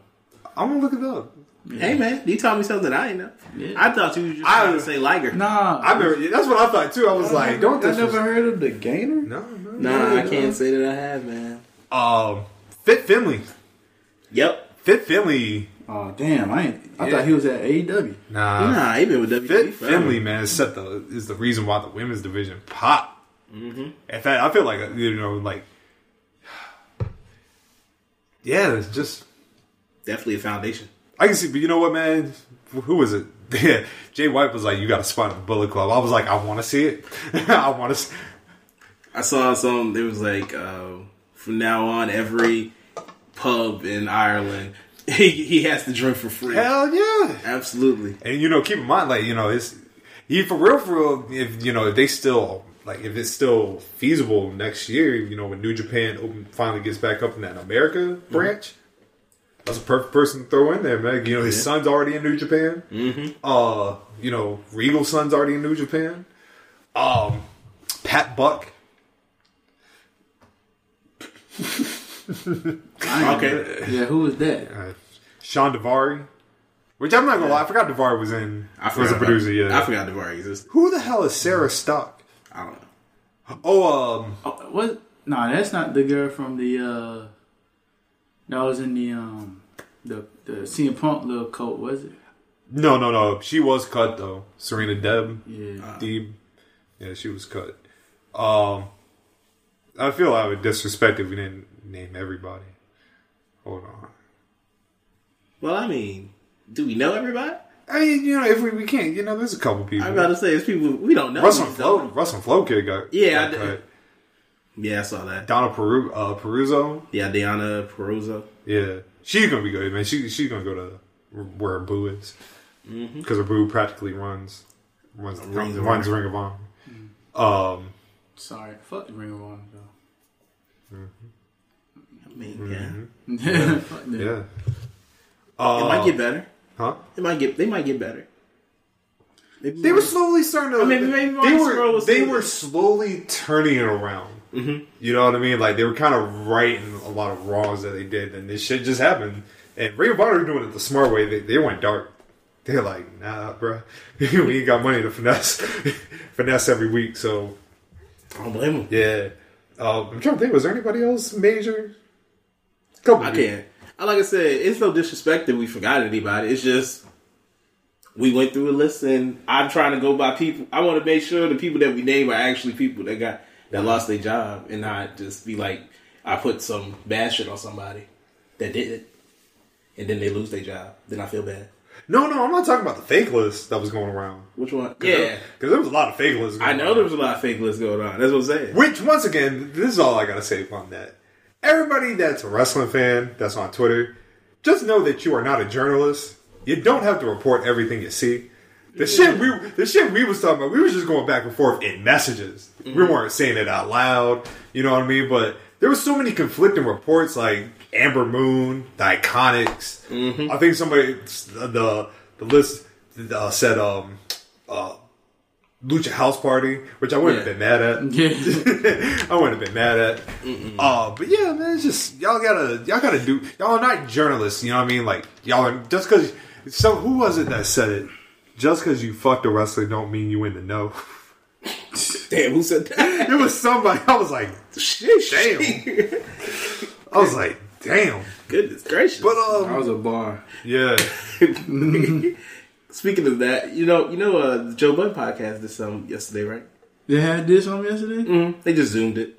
I'm gonna look it up. Hey, man, you taught me something I didn't know. Yeah. I thought you were just I- trying to say Liger. Nah, I remember that's what I thought too. I was like, don't I this never heard of the Gainer. no, no. Nah, I can't say that I have, man. Um, Fit Finley, Yep. Fit Finley, Oh damn, I ain't, I Yeah. thought he was at E AEW. nah, nah, he been with WWE. Fit forever. Finley, man, is set the is the reason why the women's division popped. In fact, I feel like you know, like, yeah, it's just Definitely a foundation. I can see, but you know what, man? Who was it? Yeah, Jay White was like, "You got a spot in the Bullet Club." I was like, "I want to see it. I want to." I saw some. It was like uh, from now on, every pub in Ireland, he he has to drink for free. Hell yeah! Absolutely. And you know, keep in mind, like you know, it's you for real, for real. If you know, if they still like, if it's still feasible next year, you know, when New Japan open, finally gets back up in that America Mm-hmm. branch, that's a perfect person to throw in there, man. You know, his son's already in New Japan. Mm-hmm. Uh, you know, Regal's son's already in New Japan. Um, Pat Buck. Okay, Yeah, who was that? Uh, Sean Devari. Which I'm not gonna lie, I forgot Devari was in. was a about- producer. Yeah. I forgot Daivari existed. Who the hell is Sarah Stock? I don't know. Oh, um, Oh, what? Nah, that's not the girl from the. uh That was in the um the the CM Punk little coat, was it? No, no, no. She was cut though. Serena Deb, Yeah. Uh. Deeb. Yeah, she was cut. Um, I feel I would disrespect if we didn't name everybody. Hold on. Well, I mean, do we know everybody? I mean, you know, if we, we can't, you know, there's a couple people. I'm about to say it's people we don't know. Russell these, Flow, though. Russell Flow kid got Yeah, I got did. cut. Yeah, I saw that. Donna Peru, uh, Peruso. Yeah, Deanna Perosa. Yeah, she's gonna be good, man. She she's gonna go to where her boo is because her boo practically runs runs Mm-hmm. Ring of Mm. runs Ring of Honor. Um, Sorry, fuck the Ring of Honor though. I mean, Mm-hmm. yeah, fuck them. yeah, it might get better. huh? It might get. They might get better. Maybe They were slowly starting to. I mean, they maybe Marcus Sproul were was they doing were it. slowly turning it around. Mm-hmm. You know what I mean? Like they were kind of righting a lot of wrongs that they did, and this shit just happened. And Ring of Honor doing it the smart way. They, they went dark. They're like, nah, bro, we ain't got money to finesse finesse every week. So I don't blame him. yeah, um, I'm trying to think. Was there anybody else major? Couple. I people. can't. I- Like I said, it's no disrespect that we forgot anybody. It's just we went through a list, and I'm trying to go by people. I want to make sure the people that we name are actually people that got that lost their job, and not just be like I put some bad shit on somebody that didn't, and then they lose their job. Then I feel bad. No, no, I'm not talking about the fake list that was going around. Which one? Yeah, because there was a lot of fake lists. Going I know around. there was a lot of fake lists going on. That's what I'm saying. Which, once again, this is all I gotta say on that. Everybody that's a wrestling fan that's on Twitter, just know that you are not a journalist. You don't have to report everything you see. The shit we the shit we was talking about, we was just going back and forth in messages. We weren't saying it out loud, you know what I mean? But there was so many conflicting reports, like Amber Moon, the Iconics. I think somebody the the list uh, said um, uh, Lucha House Party, which I wouldn't have been mad at. Yeah. I wouldn't have been mad at. Uh, but yeah, man, it's just y'all gotta y'all gotta do y'all are not journalists. You know what I mean? Like y'all are just because. So who was it that said it? Just because you fucked a wrestler don't mean you in the know. Damn, who said that? It was somebody. I was like, Shit, damn. I was like, damn. Goodness gracious! But I um, was a bar. yeah, Speaking of that, you know, you know, uh, the Joe Bud podcast did some yesterday, right? They had this on yesterday. They just zoomed it,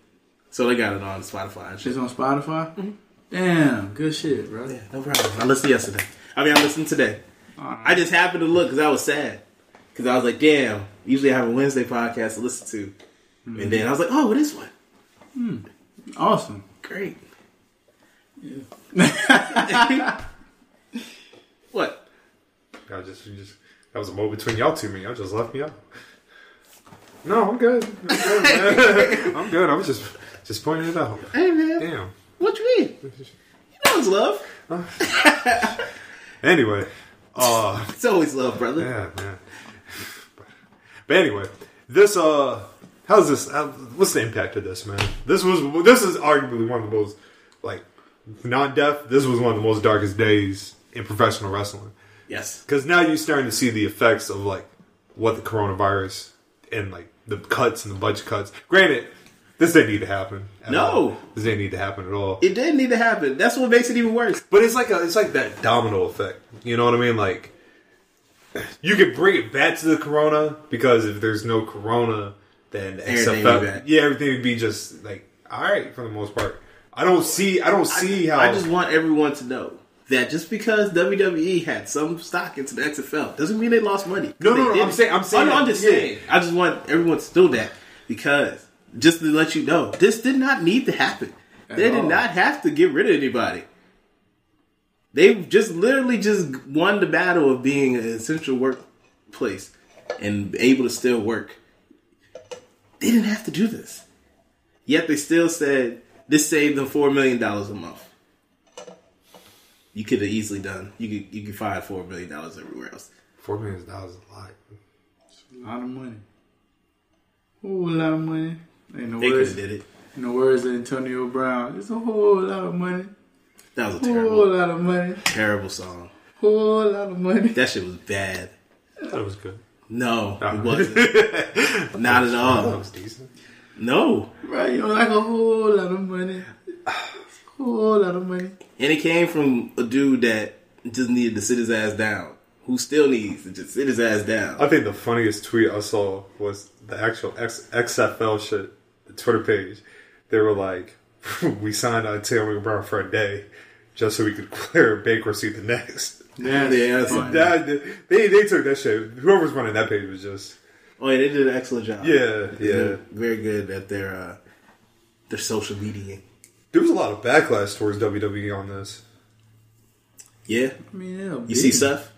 so they got it on Spotify and shit. It's on Spotify. Mm-hmm. Damn, good shit, bro. Yeah, no problem. I listened yesterday. I mean, I listened today. I just happened to look because I was sad because I was like, damn. Usually, I have a Wednesday podcast to listen to, and then I was like, oh, this one, Awesome. great. what? I just you just that was a moment between y'all two. Me, y'all just left me out. No, I'm good. I'm good. man. I'm good. I was just just pointing it out. Hey, man. Damn. What you mean? You know it's love. Anyway, uh, It's always love, brother. yeah, man. But anyway, this uh, how's this? How, what's the impact of this, man? This was this is arguably one of the most like non-deaf. This was one of the most darkest days in professional wrestling Yes. because now you're starting to see the effects of like what the coronavirus and like the cuts and the budget cuts. Granted, this didn't need to happen. at No. all. this didn't need to happen at all. It did need to happen. That's what makes it even worse. But it's like a, it's like that domino effect. You know what I mean? Like you could bring it back to the corona because if there's no corona, then SFL Everything would be back. yeah, everything would be just like all right for the most part. I don't see I don't see how I just want everyone to know that just because WWE had some stock into the XFL doesn't mean they lost money. 'Cause No, no, they no, I'm didn't. saying- I'm saying Oh, no, I'm that- just yeah. saying. I just want everyone to know that because just to let you know, this did not need to happen. they did all. not have to get rid of anybody. They just literally just won the battle of being an essential workplace and able to still work. They didn't have to do this. Yet they still said this saved them four million dollars a month. You could have easily done. You could you could find four million dollars everywhere else. four million dollars is a lot. A lot of money. Ooh, a lot of money. In the They could words, have did it. in the words of Antonio Brown, it's a whole lot of money. That was a Whole terrible, lot of money. terrible song. Whole lot of money. That shit was bad. That was good. No, it wasn't. Not at That all. was decent. No, Right? You know, like a whole lot of money. Whole lot of money. and it came from a dude that just needed to sit his ass down. Who still needs to just sit his ass down. I think the funniest tweet I saw was the actual X, XFL shit, the Twitter page. They were like, "We signed Antonio Brown for a day, just so we could clear bankruptcy the next." Yeah, Yeah, that's like- That, they they took that shit. Whoever's running that page was just Oh, yeah, they did an excellent job. yeah yeah. They're very good at their uh, their social media. There was a lot of backlash towards WWE on this. Yeah, I mean, yeah, you see stuff.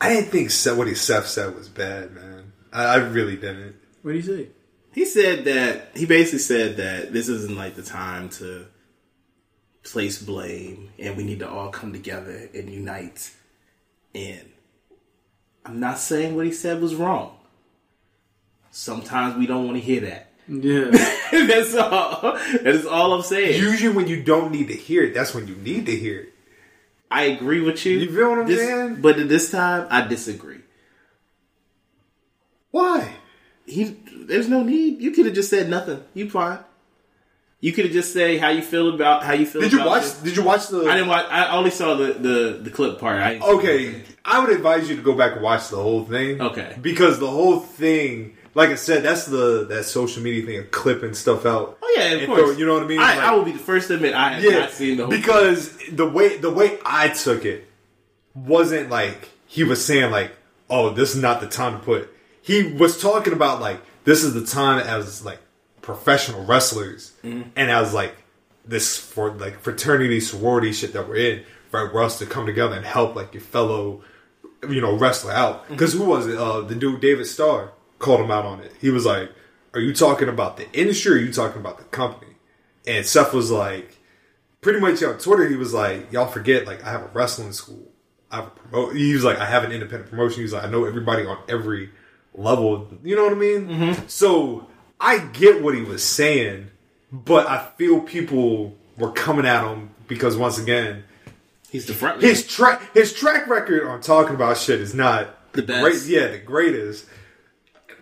I didn't think Seth, what he Seth said was bad, man. I, I really didn't. What do you say? He said that he basically said that this isn't like the time to place blame, and we need to all come together and unite. And I I'm not saying what he said was wrong. Sometimes we don't want to hear that. Yeah. That's all. That is all I'm saying. Usually, when you don't need to hear it, that's when you need to hear it. I agree with you. You feel what I'm This- saying? But at this time, I disagree. Why? He, there's no need. You could have just said nothing. You fine. You could have just said how you feel about how you feel. Did you about watch? this. Did you watch the? I didn't watch. I only saw the the, the clip part. I didn't see the Okay, clip. I would advise you to go back and watch the whole thing. Okay. because the whole thing, like I said, that's the that social media thing of clipping stuff out. Oh yeah, of And course. throw- you know what I mean? I, Like- I will be the first to admit I have yeah, not seen the whole. because the way the way I took it wasn't like he was saying like, "Oh, this is not the time to put." He was talking about like this is the time as like professional wrestlers, Mm-hmm. and I was like this for like fraternity sorority shit that we're in, right? For us to come together and help like your fellow, you know, wrestler out. Mm-hmm. Because who was it? Uh, the dude David Starr called him out on it. He was like, "Are you talking about the industry? Or are you talking about the company?" And Seth was like, pretty much on Twitter, he was like, "Y'all forget, like I have a wrestling school. I have a promo-" He was like, I have an independent promotion. He was like, I know everybody on every level. You know what I mean? So I get what he was saying, but I feel people were coming at him because once again, He's the front. man. his track his track record on talking about shit is not The best. Great, yeah, the greatest.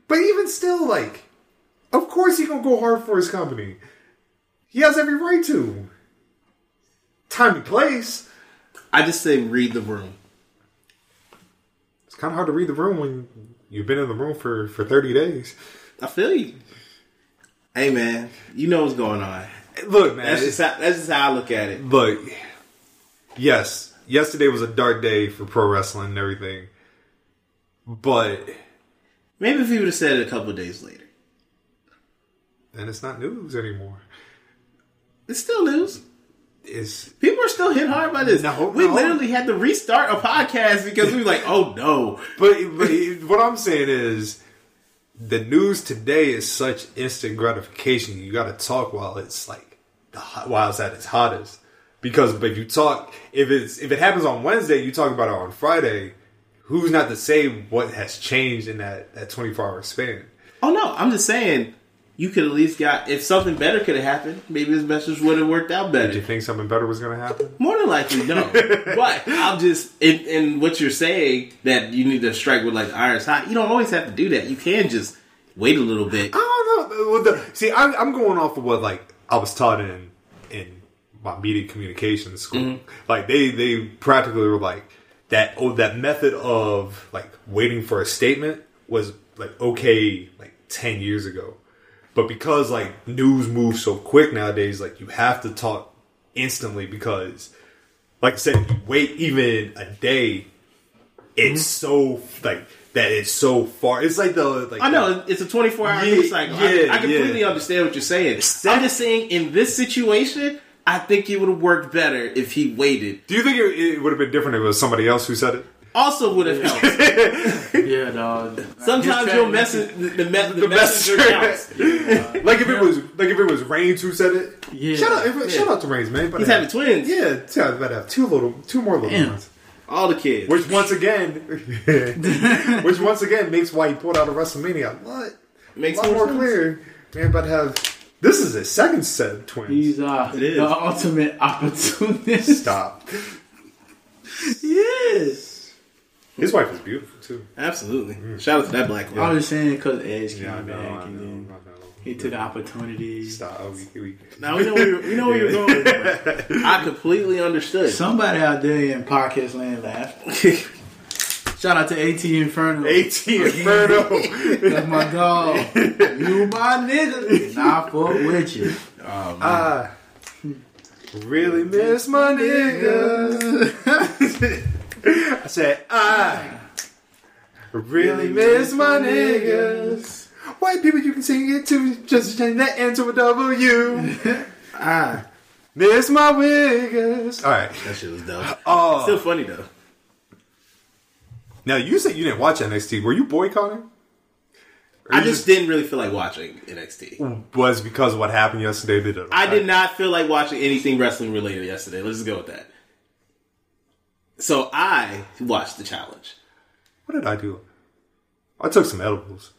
But even still, like, of course he gonna go hard for his company. He has every right to. Time and place. I just say read the room. It's kind of hard to read the room when you've been in the room for for thirty days. I feel you. Hey man, you know what's going on. Look, man. That's just how, that's just how I look at it. look. Yes, yesterday was a dark day for pro wrestling and everything, but Maybe if he would have said it a couple of days later, and it's not news anymore. it's still news. It's People are still hit hard by this. No, we no. literally had to restart a podcast because we were like, oh no. But, but what I'm saying is, the news today is such instant gratification. You got to talk while it's like the hot, while it's at its hottest. Because but if you talk, if it's if it happens on Wednesday, you talk about it on Friday. Who's not to say what has changed in that that 24 hour span? Oh no, I'm just saying, you could at least got, if something better could have happened, maybe his message would have worked out Did you better. think something better was going to happen? More than likely, no. but I'm just, in, in what you're saying, that you need to strike with like irons hot, you don't always have to do that. You can just wait a little bit. I don't know. Well, the, see, I'm, I'm going off of what like I was taught in in my media communications school. Mm-hmm. Like they they practically were like that. Oh, that method of like waiting for a statement was like okay like ten years ago, but because like news moves so quick nowadays, like you have to talk instantly because, like I said, if you wait even a day. It's so like that. It's so far. It's like the like Mm-hmm. I know it's a 24 hour Yeah, news cycle. yeah, I, I completely yeah. understand what you're saying. I'm just saying, in this situation, I think it would have worked better if he waited. Do you think it, it would have been different if it was somebody else who said it? Also, would have helped. Yeah, dog. Sometimes His your track- message, the, the, me- the, The messenger counts. best. like if it was like if it was Reigns who said it. Yeah. Shout out, if, shout out to Reigns, man. But uh, He's having twins. Yeah, t- I better have two little, two more little Damn. ones. All the kids. Which once again, which once again makes why he pulled out of WrestleMania a lot, a Makes lot more more sense. clear. Man, about to have this is his second set of twins. These are is. the ultimate opportunists. Stop. Yes. His wife is beautiful too. Absolutely. Shout out to that black one. I Oh, was just saying because Edge came I know, back I and then know, I know. he took the opportunity. Stop. Oh, We, we, Now we know where you're, we know where you're going. with that. I completely understood. Somebody out there in podcast land laughed. Shout out to AT Inferno. AT Inferno. That's my dog. you my nigga. Nah, fuck with you. I really miss my niggas. I said, I really miss my niggas. White people, you can sing it too. Just change that N to a W. I miss my wiggers. All right. That shit was dumb. Oh, Still funny though. now you said you didn't watch NXT. Were you boycotting? Or I you just didn't really feel like watching NXT. was because of what happened yesterday. Did it? I did not feel like watching anything wrestling related yesterday. Let's just go with that. So I watched the challenge. What did I do? I took some edibles,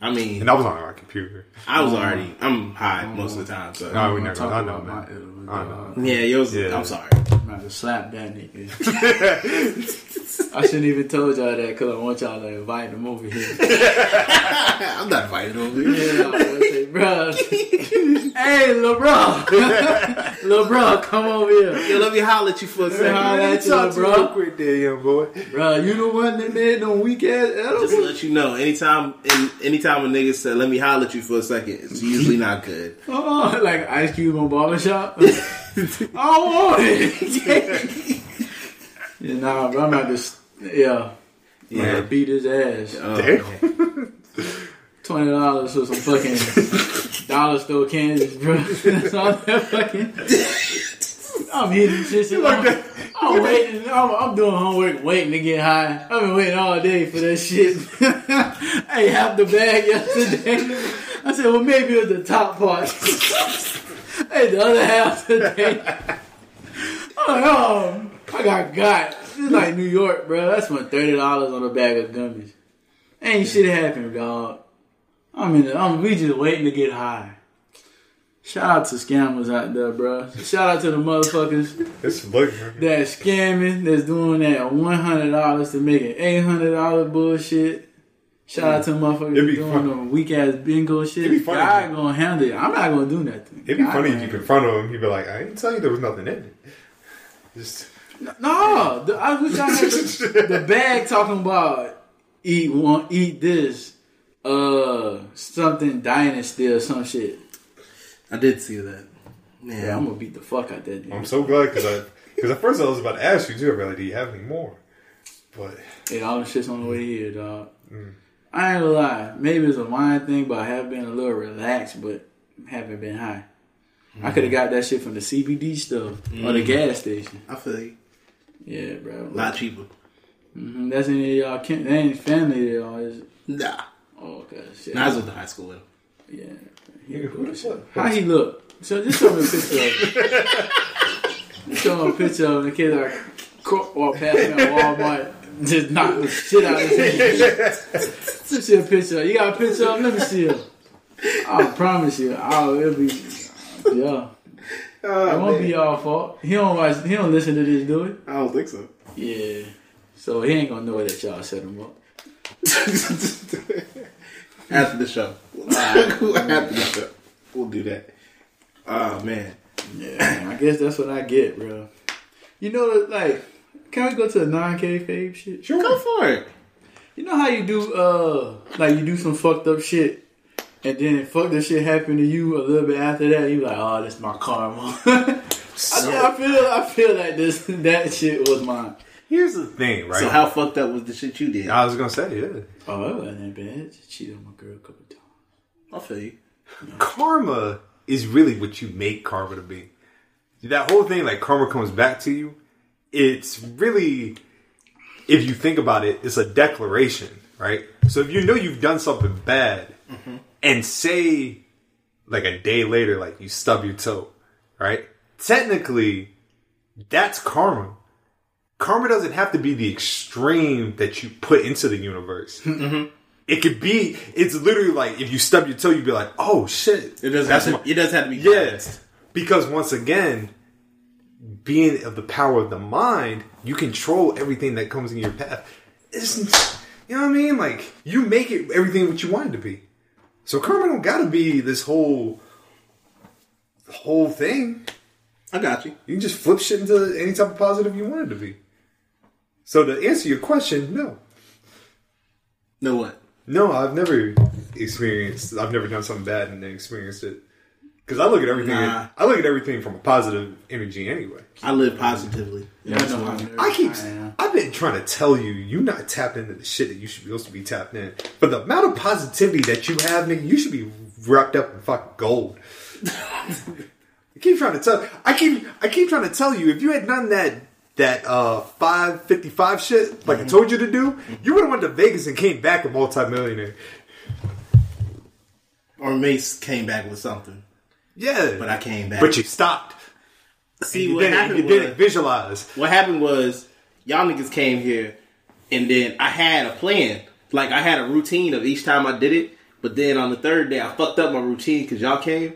I mean, and I was on our computer. I was already I'm high most of the time. So No, we I'm never. talking I know, about my man. edibles, I dog. know. yeah, yours. Yeah. I'm sorry. I'm about to slap that nigga. I shouldn't even told y'all that because I want y'all to invite him over here. I'm not invited over. here. Yeah, I would say, bro. hey, LeBron, LeBron, come over here, Yo, let me holler at you for a second. holler at you, Talk to bro. Real quick, there, young boy. bro. You the one that made them weak ass Just to edibles. let you know, anytime in, anytime a nigga said, "Let me holler at you for a second, it's usually not good. Oh, like Ice Cube on Barbershop. I want it. yeah, nah, bro. I'm about to, s- yeah, yeah, Yeah. beat his ass. Oh, Damn. okay. Twenty dollars for some fucking dollar store candies, bro. That's all that fucking. I'm hitting shit. shit. I'm, I'm waiting. I'm, I'm doing homework, waiting to get high. I've been waiting all day for that shit. I ate half the bag yesterday. I said, well, maybe it was the top part. I ate the other half today. I'm like, oh, I got got. It's like New York, bro. That's when thirty dollars on a bag of gummies. Ain't shit happened, dog. I mean, I'm, we just waiting to get high. Shout out to scammers out there, bro. Shout out to the motherfuckers It's looking. that scamming, that's doing that one hundred dollars to make an eight hundred dollar bullshit. Shout out to the motherfuckers It'd be doing fun- the weak ass bingo shit. be funny. God gonna handle it. I'm not gonna do nothing. It'd be God funny gonna- if you confront him. He'd be like, "I didn't tell you there was nothing in it." Just No, the, I wish I had the, the bag talking about eat one, eat this, uh, something dynasty or some shit. I did see that. Yeah, Yeah, I'm gonna beat the fuck out that I'm nigga. so glad because I because at first I was about to ask you too. I'm like, "Do you have any more?" But Hey, all the shit's on the way here, dog. I ain't gonna lie. Maybe it's a wine thing, but I have been a little relaxed, but haven't been high. I could have got that shit from the CBD stuff or the gas station. I feel you. Yeah, bro. A lot cheaper. Mhm, That's any of y'all. Kin- that ain't family at all. Is it? Nah, oh, okay. Shit. nah, I was with the high school with him. Yeah. who the fuck? How he look? So just show me a picture of him. Just show him a picture of him. The kid like cro- walk past me at Walmart, just knock the shit out of his head. Let me see a picture. You got a picture of him? Let me see him. I promise you, I'll it'll be yeah. it won't be y'all fault. He don't watch. He don't listen to this, do it. I don't think so. Yeah. So he ain't gonna know that y'all set him up. After the show, after the show, we'll do that. Oh man, Yeah, I guess that's what I get, bro. You know, like, can we go to a non K fave shit? Sure. go for it. You know how you do, uh, like you do some fucked up shit, and then fuck the shit happen to you a little bit after that. You like, oh, that's my karma. I, I feel, I feel like this, that shit was mine. here's the thing, right? So how fucked up was the shit you did? I was gonna say, yeah, Oh, that wasn't that bad. Just cheated on my girl a couple times. I feel you. karma is really what you make karma to be. That whole thing, like karma comes back to you. It's really, if you think about it, it's a declaration, right? So if you know you've done something bad, and say, like a day later, like you stub your toe, right? Technically, that's karma. Karma doesn't have to be the extreme that you put into the universe. It could be. It's literally like if you stub your toe, you'd be like, "Oh shit!" It doesn't. That's Have to, my- it doesn't have to be. Yes, because once again, being of the power of the mind, you control everything that comes in your path. It's, you know what I mean? Like you make it everything what you want it to be. So karma don't gotta be this whole whole thing. I got you. You can just flip shit into any type of positive you want it to be. So to answer your question, no, Know what? no, I've never experienced. I've never done something bad and then experienced it. Because I look at everything. Nah. I look at everything from a positive energy anyway. I live positively. Yeah, I know how nervous I keep. I am. I've been trying to tell you, you're not tapped into the shit that you should be supposed to be tapped in. But the amount of positivity that you have, nigga, you should be wrapped up in fucking gold. I keep trying to tell. I keep. I keep trying to tell you, if you had done that that uh five fifty five shit Mm-hmm. like I told you to do, you would have went to Vegas and came back a multimillionaire. Or Mace came back with something, Yeah, but I came back. But you stopped. see you what didn't, happened. you didn't was, visualize. what happened was y'all niggas came here and then I had a plan. Like I had a routine of each time I did it, but then on the third day I fucked up my routine because y'all came,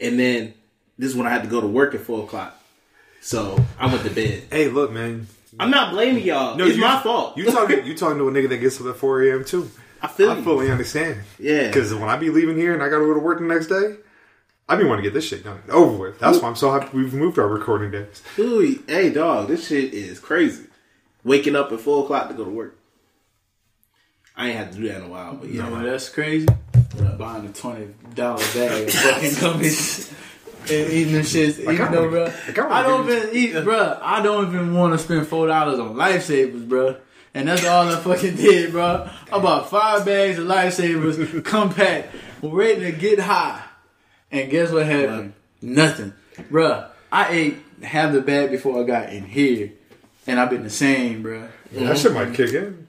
and then this is when I had to go to work at four o'clock. So I went to bed. Hey, look, man. I'm not blaming y'all. it's you- my fault. You talking? You talking to a nigga that gets up at four a.m. too? I feel I you. fully understand. Yeah. Because when I be leaving here and I gotta go to work the next day, I be wanting to get this shit done and over with. That's why I'm so happy we've moved our recording days. Ooh, hey dog, this shit is crazy. Waking up at four o'clock to go to work. I ain't had to do that in a while, but You yeah. know what? That's crazy. Buying a twenty dollar bag of fucking gummies and eating them shits. I even though, wanna- bro, like, I wanna I don't do- even eat, bro. I don't even want to spend four dollars on lifesavers, bro. And that's all I fucking did, bro. I bought five bags of lifesavers, compact, ready to get high. And guess what happened? Nothing, bro. I ate half the bag before I got in here, and I've been the same, bro. That shit might kick in.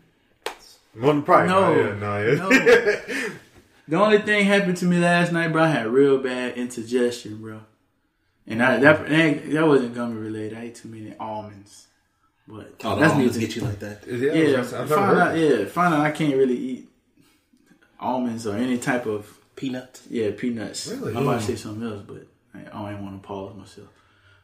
Well, probably not. No, Oh, Yeah, nah, yeah. no. The only thing happened to me last night, bro. I had real bad indigestion, bro. And I, that that that wasn't gummy related. I ate too many almonds, but Oh, that's that's news needs to get you like that. yeah, Yeah, I've never find heard out, yeah, find out I can't really eat almonds or any type of Peanut. yeah peanuts. Really? I'm about to say something else, but I, I don't want to pause myself.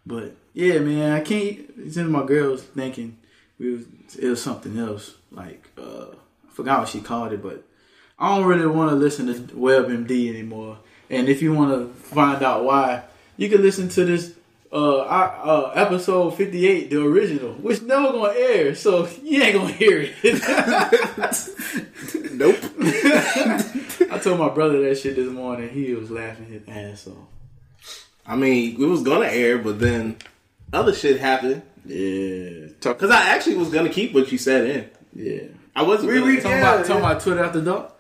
But yeah, man, I can't. It's in my girls thinking we was, it was something else. Like uh, I forgot what she called it, but I don't really want to listen to WebMD anymore. And if you want to find out why, you can listen to this uh, our, uh episode 58, the original, which never gonna air, so you ain't gonna hear it. Nope. I told my brother that shit this morning. He was laughing his ass off. I mean, we was gonna air, but then other shit happened. Yeah, talk, Cause I actually was gonna keep what you said in. yeah. I wasn't. We- gonna- we- Talking yeah. about talking about Twitter after dark.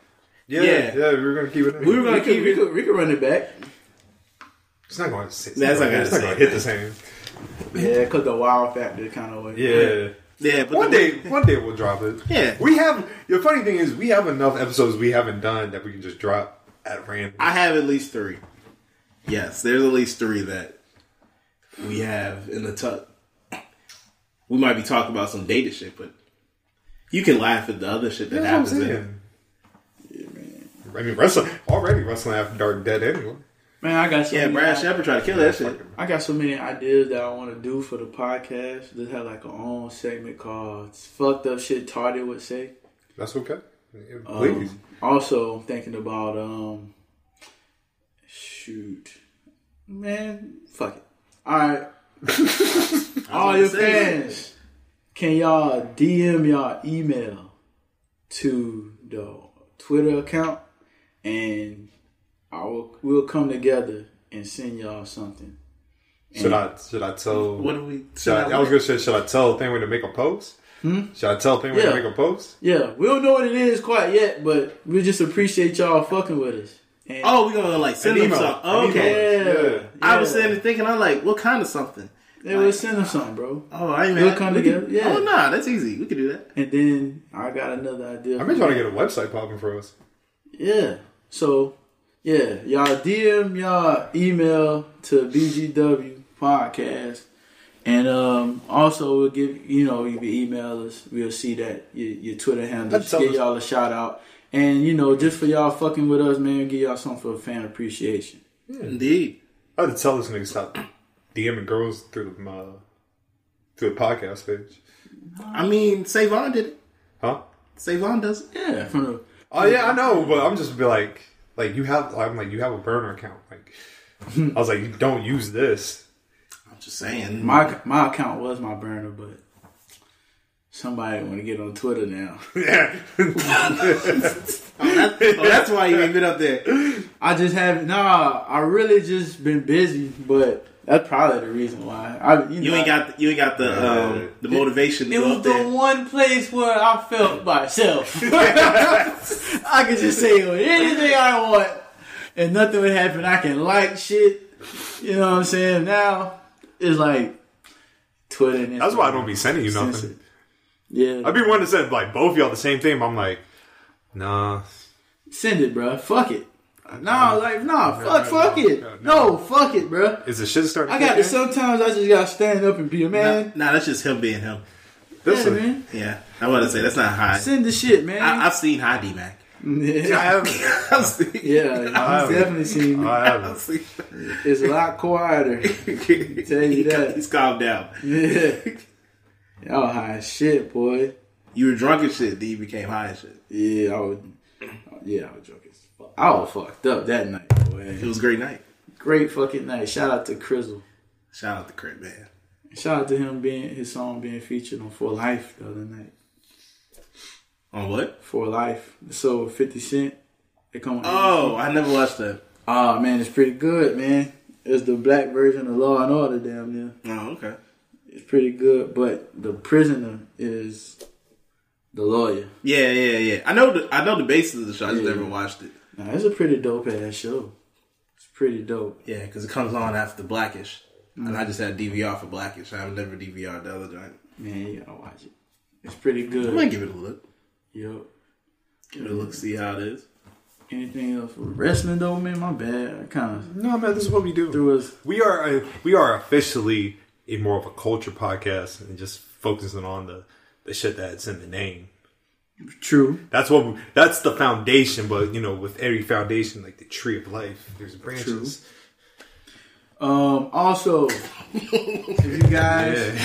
Yeah, yeah. yeah, we were gonna keep it. in. We were gonna keep we could, we could run it back. It's not going to. Sit, That's not gonna it's not sit. going to hit the same. Yeah, cause the wild factor kind of way. Yeah. Yeah, but One the- day, one day we'll drop it. Yeah. we have. The funny thing is, we have enough episodes we haven't done that we can just drop at random. I have at least three. Yes, there's at least three that we have in the tuck. We might be talking about some data shit, but you can laugh at the other shit that That's happens. what I'm in it. saying. I mean, wrestling already wrestling after dark dead anyway. man, I got so Yeah, many- Brad Shepard tried to kill that shit. I got so many ideas that I want to do for the podcast. Just have like a own segment called "Fucked Up Shit Tardy Would Say." That's okay. Please, Um, also thinking about um, shoot, man, fuck it. All right, all your saying. fans, can y'all DM y'all email to the Twitter account, and I will we'll come together and send y'all something. should I should I tell? What do we? Should I, Hmm? I was gonna say, should I tell Thingway to make a post? Should I tell Thingway Yeah. to make a post? Yeah, we don't know what it is quite yet, but we just appreciate y'all fucking with us. And Oh, we gonna like send An them email. something. An okay. Oh, Yeah. yeah, I was yeah. sitting there thinking, I'm like, what kind of something? Yeah, we'll send them something, bro. Oh, I ain't We'll mad. come We can- together, yeah. Oh, nah, that's easy. We can do that. And then I got another idea. I've been trying to get a website popping for us. Yeah. So, yeah, y'all DM y'all email to BGW podcast, and um, also we'll give you know you can email us. We'll see that your, your Twitter handle. That's Just Give us. y'all a shout out, and you know just for y'all fucking with us, man. Give y'all something for fan appreciation. Indeed. I had to tell this nigga stop DMing girls through the uh, through the podcast page, I mean, Savon did it. huh? Savon does it. Yeah, from the Oh yeah, I know, but I'm just be like, like you have, I'm like you have a burner account. Like I was like, you don't use this. I'm just saying. my my account was my burner, but somebody want to get on Twitter now. That- oh, that's why you ain't been up there. I just have nah. I really just been busy, but that's probably the reason why. I you, You know, ain't got you ain't got the um, the motivation to It go was up the there. one place where I felt myself. I could just say anything I want, and nothing would happen. I can like shit. You know what I'm saying? Now it's like Twitter. And That's why I don't be sending you Censored. nothing. Yeah, I'd be one to send like both of y'all the same thing. But I'm like, nah. send it, bruh. Fuck it. Nah, like nah. Fuck, fuck it. no, No, fuck it, bruh. Is the shit starting? I got to to. kick in? Sometimes I just gotta stand up and be a man. Nah, that's just him being him. Listen, yeah, man. Yeah, I want to say that's not high. Send the shit, man. I, I've seen high D Mac. I yeah, haven't. I've seen. yeah, I've haven't. definitely seen. I I've haven't. seen. It's a lot quieter. Tell you He cal- that. He's calmed down. Yeah. Y'all high as shit, boy. You were drunk and shit. D became high and shit. Yeah, I was. Yeah, I was drunk as fuck. I was fucked up that night, boy. It was a great night. Great fucking night. Shout out to Crizzle. Shout out to Crit man. Shout out to him being his song being featured on For Life the other night. On what? For Life. So Fifty Cent. They come. Oh, I never watched that. Ah man, it's pretty good, man. It's the black version of Law and Order, damn near. Oh, okay. It's pretty good, but the prisoner is the lawyer. Yeah, yeah, yeah. I know the I know the basis of the show. I just Yeah. never watched it. Now it's a pretty dope ass show. It's pretty dope. Yeah, because it comes on after Blackish, and I just had DVR for Blackish. I've never DVR the other joint. Man, you gotta watch it. It's pretty good. I might give it a look. Yup. Give it a look, see how it is. Anything else for wrestling though, man? My bad. I kind of No, man, this is what we do. threw us. We are a, we are officially a more of a culture podcast and just focusing on the the shit that's in the name. True. That's what we, that's the foundation. But you know, with every foundation, like the tree of life, there's branches. Um. Also, if you guys,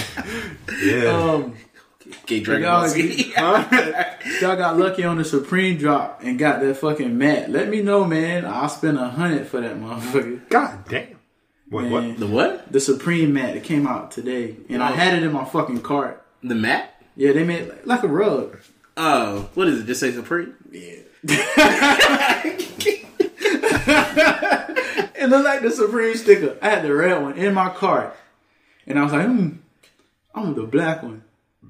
Yeah, um, Gay Dragon y'all, Ball Z. y'all got lucky on the Supreme drop and got that fucking mat. Let me know, man. I'll spend a hundred for that motherfucker. god damn. Wait, Man. what? The what? The Supreme mat that came out today, and I had it in my fucking cart. The mat? Yeah, they made like, like a rug. Oh, what is it? Just say Supreme? Yeah. It looked like the Supreme sticker. I had the red one in my cart, and I was like, hmm, I'm the black one.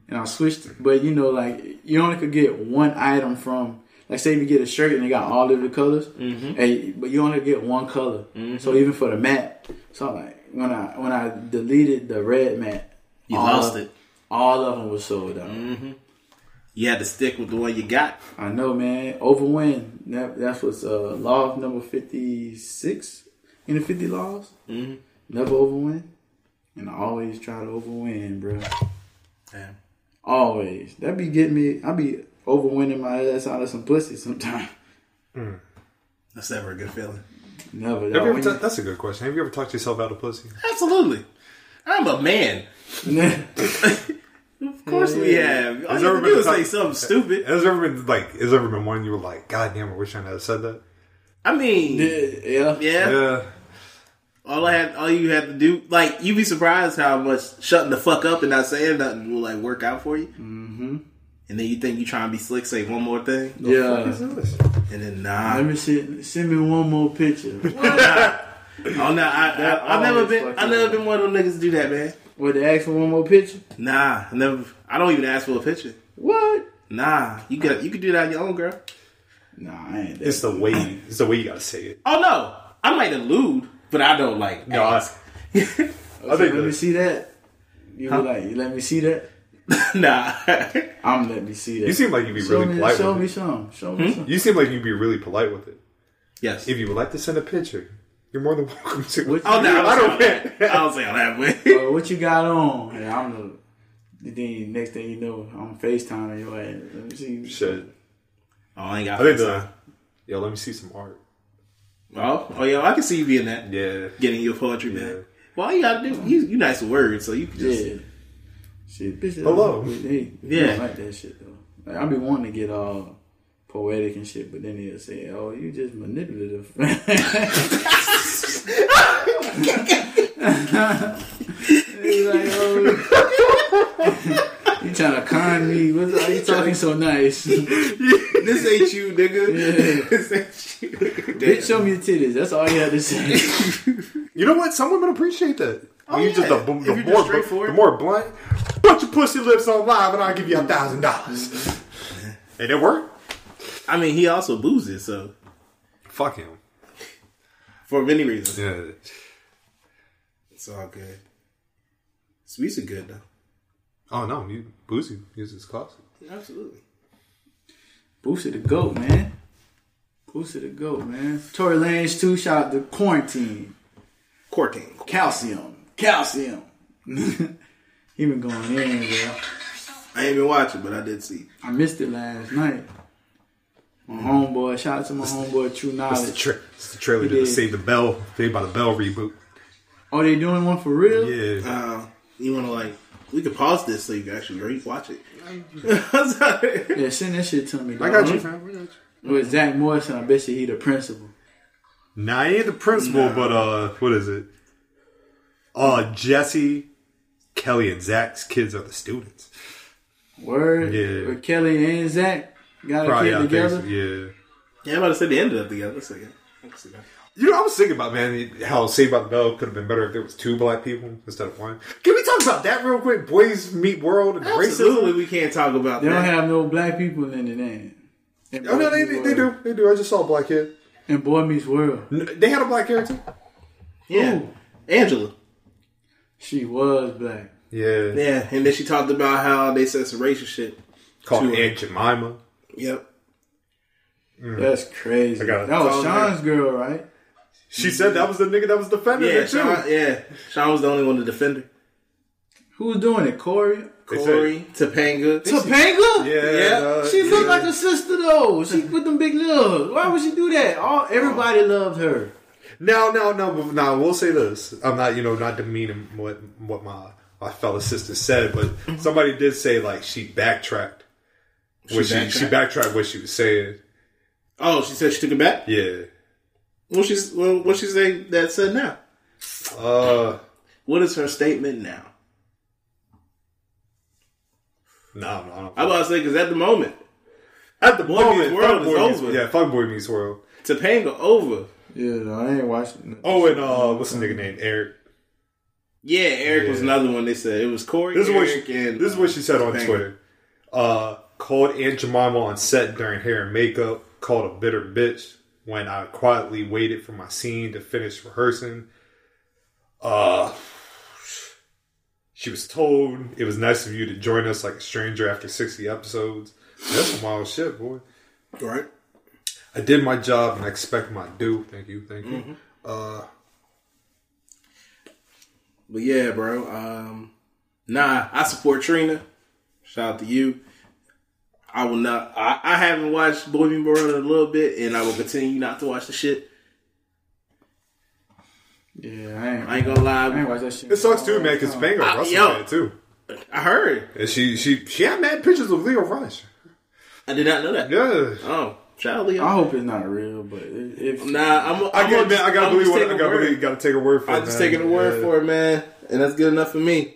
And I switched, but you know, like you only could get one item from, like, say if you get a shirt and they got all of the colors, Mm-hmm. and, but you only get one color. So even for the mat, so like when I when I deleted the red mat, You all lost of- it. Mm. All of them were sold out. You had to stick with the one you got. I know, man. Overwin. That that's what's uh, law number fifty six in the fifty laws. Mm-hmm. Never overwin, and I always try to overwin, bro. Damn. Always. That be getting me. I be overwinning my ass out of some pussy sometimes. That's never a good feeling. Never. Have That you ever win. ta- that's a good question. Have you ever talked yourself out of pussy? Absolutely. I'm a man. Of course we have. All Has you have to everybody do is talk- say something stupid. Has there ever been like has there ever been one you were like, God damn, I wish I had said that? I mean, yeah. yeah. yeah. Yeah. All I had, all you had to do, like, you'd be surprised how much shutting the fuck up and not saying nothing will like work out for you. Mm-hmm. And then you think you trying to be slick, say one more thing, Yeah. and then nah. Let me see. Send me one more picture. Oh no, I, I, I've never always been. fucking I've never been one of them niggas to do that, man. Would they ask for one more picture? Nah, I never. I don't even ask for a picture. What? Nah, you got you can do that on your own, girl. Nah, I ain't. That. It's the way it's the way you gotta say it. Oh no, I might elude, but I don't like. No, I, ask. I think let me that- see that. You be like, you let me see that. nah. I'm let me see that. you seem like you'd be Show really me, polite show with me it. some. Show me some. You seem like you'd be really polite with it. yes. If you would like to send a picture, you're more than welcome to. What, oh no, I I don't. don't Say care. I don't say all that way. uh, what you got on? And I'm the. Then next thing you know, I'm FaceTiming your ass. Let me see. Shit. Oh, I ain't got. I think face the. time. Yo, let me see some art. Oh, oh yeah, I can see you being that. Yeah. Getting your poetry, Yeah. man. Well, all you gotta do, you, you nice with words, so you can just. Yeah. Shit, bitch. that- Hello. Hey, yeah. Yeah. Don't like that shit though. Like, I be wanting to get all poetic and shit, but then he'll say, "Oh, you just manipulative." It's like, oh, you trying to con me? What's, are you talking so nice? This ain't you, nigga. this ain't you. Bitch, show me your titties. That's all you had to say. You know what? Some women appreciate that. Oh, you just the, yeah. the If you're just more straightforward. the more blunt. Put your pussy lips on live, and I'll give you a thousand dollars. And it worked. I mean, he also boozes, so Fuck him. for many reasons. Yeah. It's all good. Sweets are good though. Oh no, you boozy uses classic. Absolutely. Boosie the GOAT, man. Boosie the GOAT, man. Tory Lanez too, shout out to Quarantine. Corking. Calcium. Calcium. he been going in, bro. I ain't been watching, but I did see. I missed it last night. My homeboy, shout out to my homeboy It's True the, Knowledge. tra- it's the trailer Yeah. to the Save the Bell, Saved by the Bell reboot. Oh, they doing one for real? Yeah. Uh, you want to like, we could pause this so you can actually re-watch it. I'm sorry. Yeah, send that shit to me. Dog. I got you, fam. I got you. With Zach Morrison, I bet you he the principal. Nah, he ain't the principal, but uh, what is it? Uh, Jesse, Kelly, and Zach's kids are the students. Word. Yeah. With Kelly and Zach got a Probably, I kid think so, together. yeah. Yeah, I'm about to say they ended up together. Let's see. Let's see. You know, I was thinking about man how Saved by the Bell could have been better if there was two black people instead of one. Can we talk about that real quick? Boys Meet World and racism. Absolutely, we can't talk about They don't that. have no black people in it. Then. In Oh no, they, Boy Meets they do, World. they do. I just saw a black kid. In Boy Meets World, N- They had a black character. Yeah, Ooh. Angela. she was black. Yeah, Yeah, and then she talked about how they said some racial shit. called Two. Aunt Jemima. Yep. That's crazy. Hmm. I got That it. was Oh, Sean's girl, right? She said that was the nigga that was defending her Yeah, too. Sean, yeah. Sean was the only one to defend her. Who was doing it? Corey. They said- Corey, Topanga. Topanga? Yeah, uh, she looked yeah. like a sister though. She with them big lugs. Why would she do that? All everybody loved her. No, no, no, but no. We'll say this. I'm not, you know, not demeaning what what my my fellow sister said, but somebody did say like she backtracked. What she, she backtracked what she was saying. Oh, she said she took it back? Yeah. Well, she's, well, what she say that said now? Uh. What is her statement now? No, no. I'm about to say, because at the moment, At the Boy Meets moment, World Fuck is Boy Meets- over. Yeah, fuck Boy Meets World. Topanga over. Yeah, no, I ain't watching. Oh, and uh, what's the nigga name? Eric. Yeah, Eric was Yeah. another one. They said it was Corey. This is what Eric, she, and um, this is what she said on Topanga. Twitter. Uh, called Aunt Jemima on set during hair and makeup. Called a bitter bitch when I quietly waited for my scene to finish rehearsing. Uh, she was told it was nice of you to join us like a stranger after sixty episodes. That's some wild shit, boy. Right. I did my job and I expect my due. Thank you, thank you. Uh, But yeah, bro. Um, nah, I support Trina. Shout out to you. I will not. I, I haven't watched Boy Meets World in a little bit, and I will continue not to watch the shit. Yeah, I ain't. I ain't gonna I ain't lie. watch that shit. it sucks too, man. Because Banger Uh, Russell yo. fan too. I heard. And she she she had mad pictures of Leo Rush. I did not know that. Yeah. Oh, shout out Leo. I hope it's not real, but it- if Nah, I'm. I I'm gotta, just- I gotta I'm just believe what I taking gotta word. believe. Gotta take a word for it. I'm just man. taking a word Yeah. for it, man, and that's good enough for me.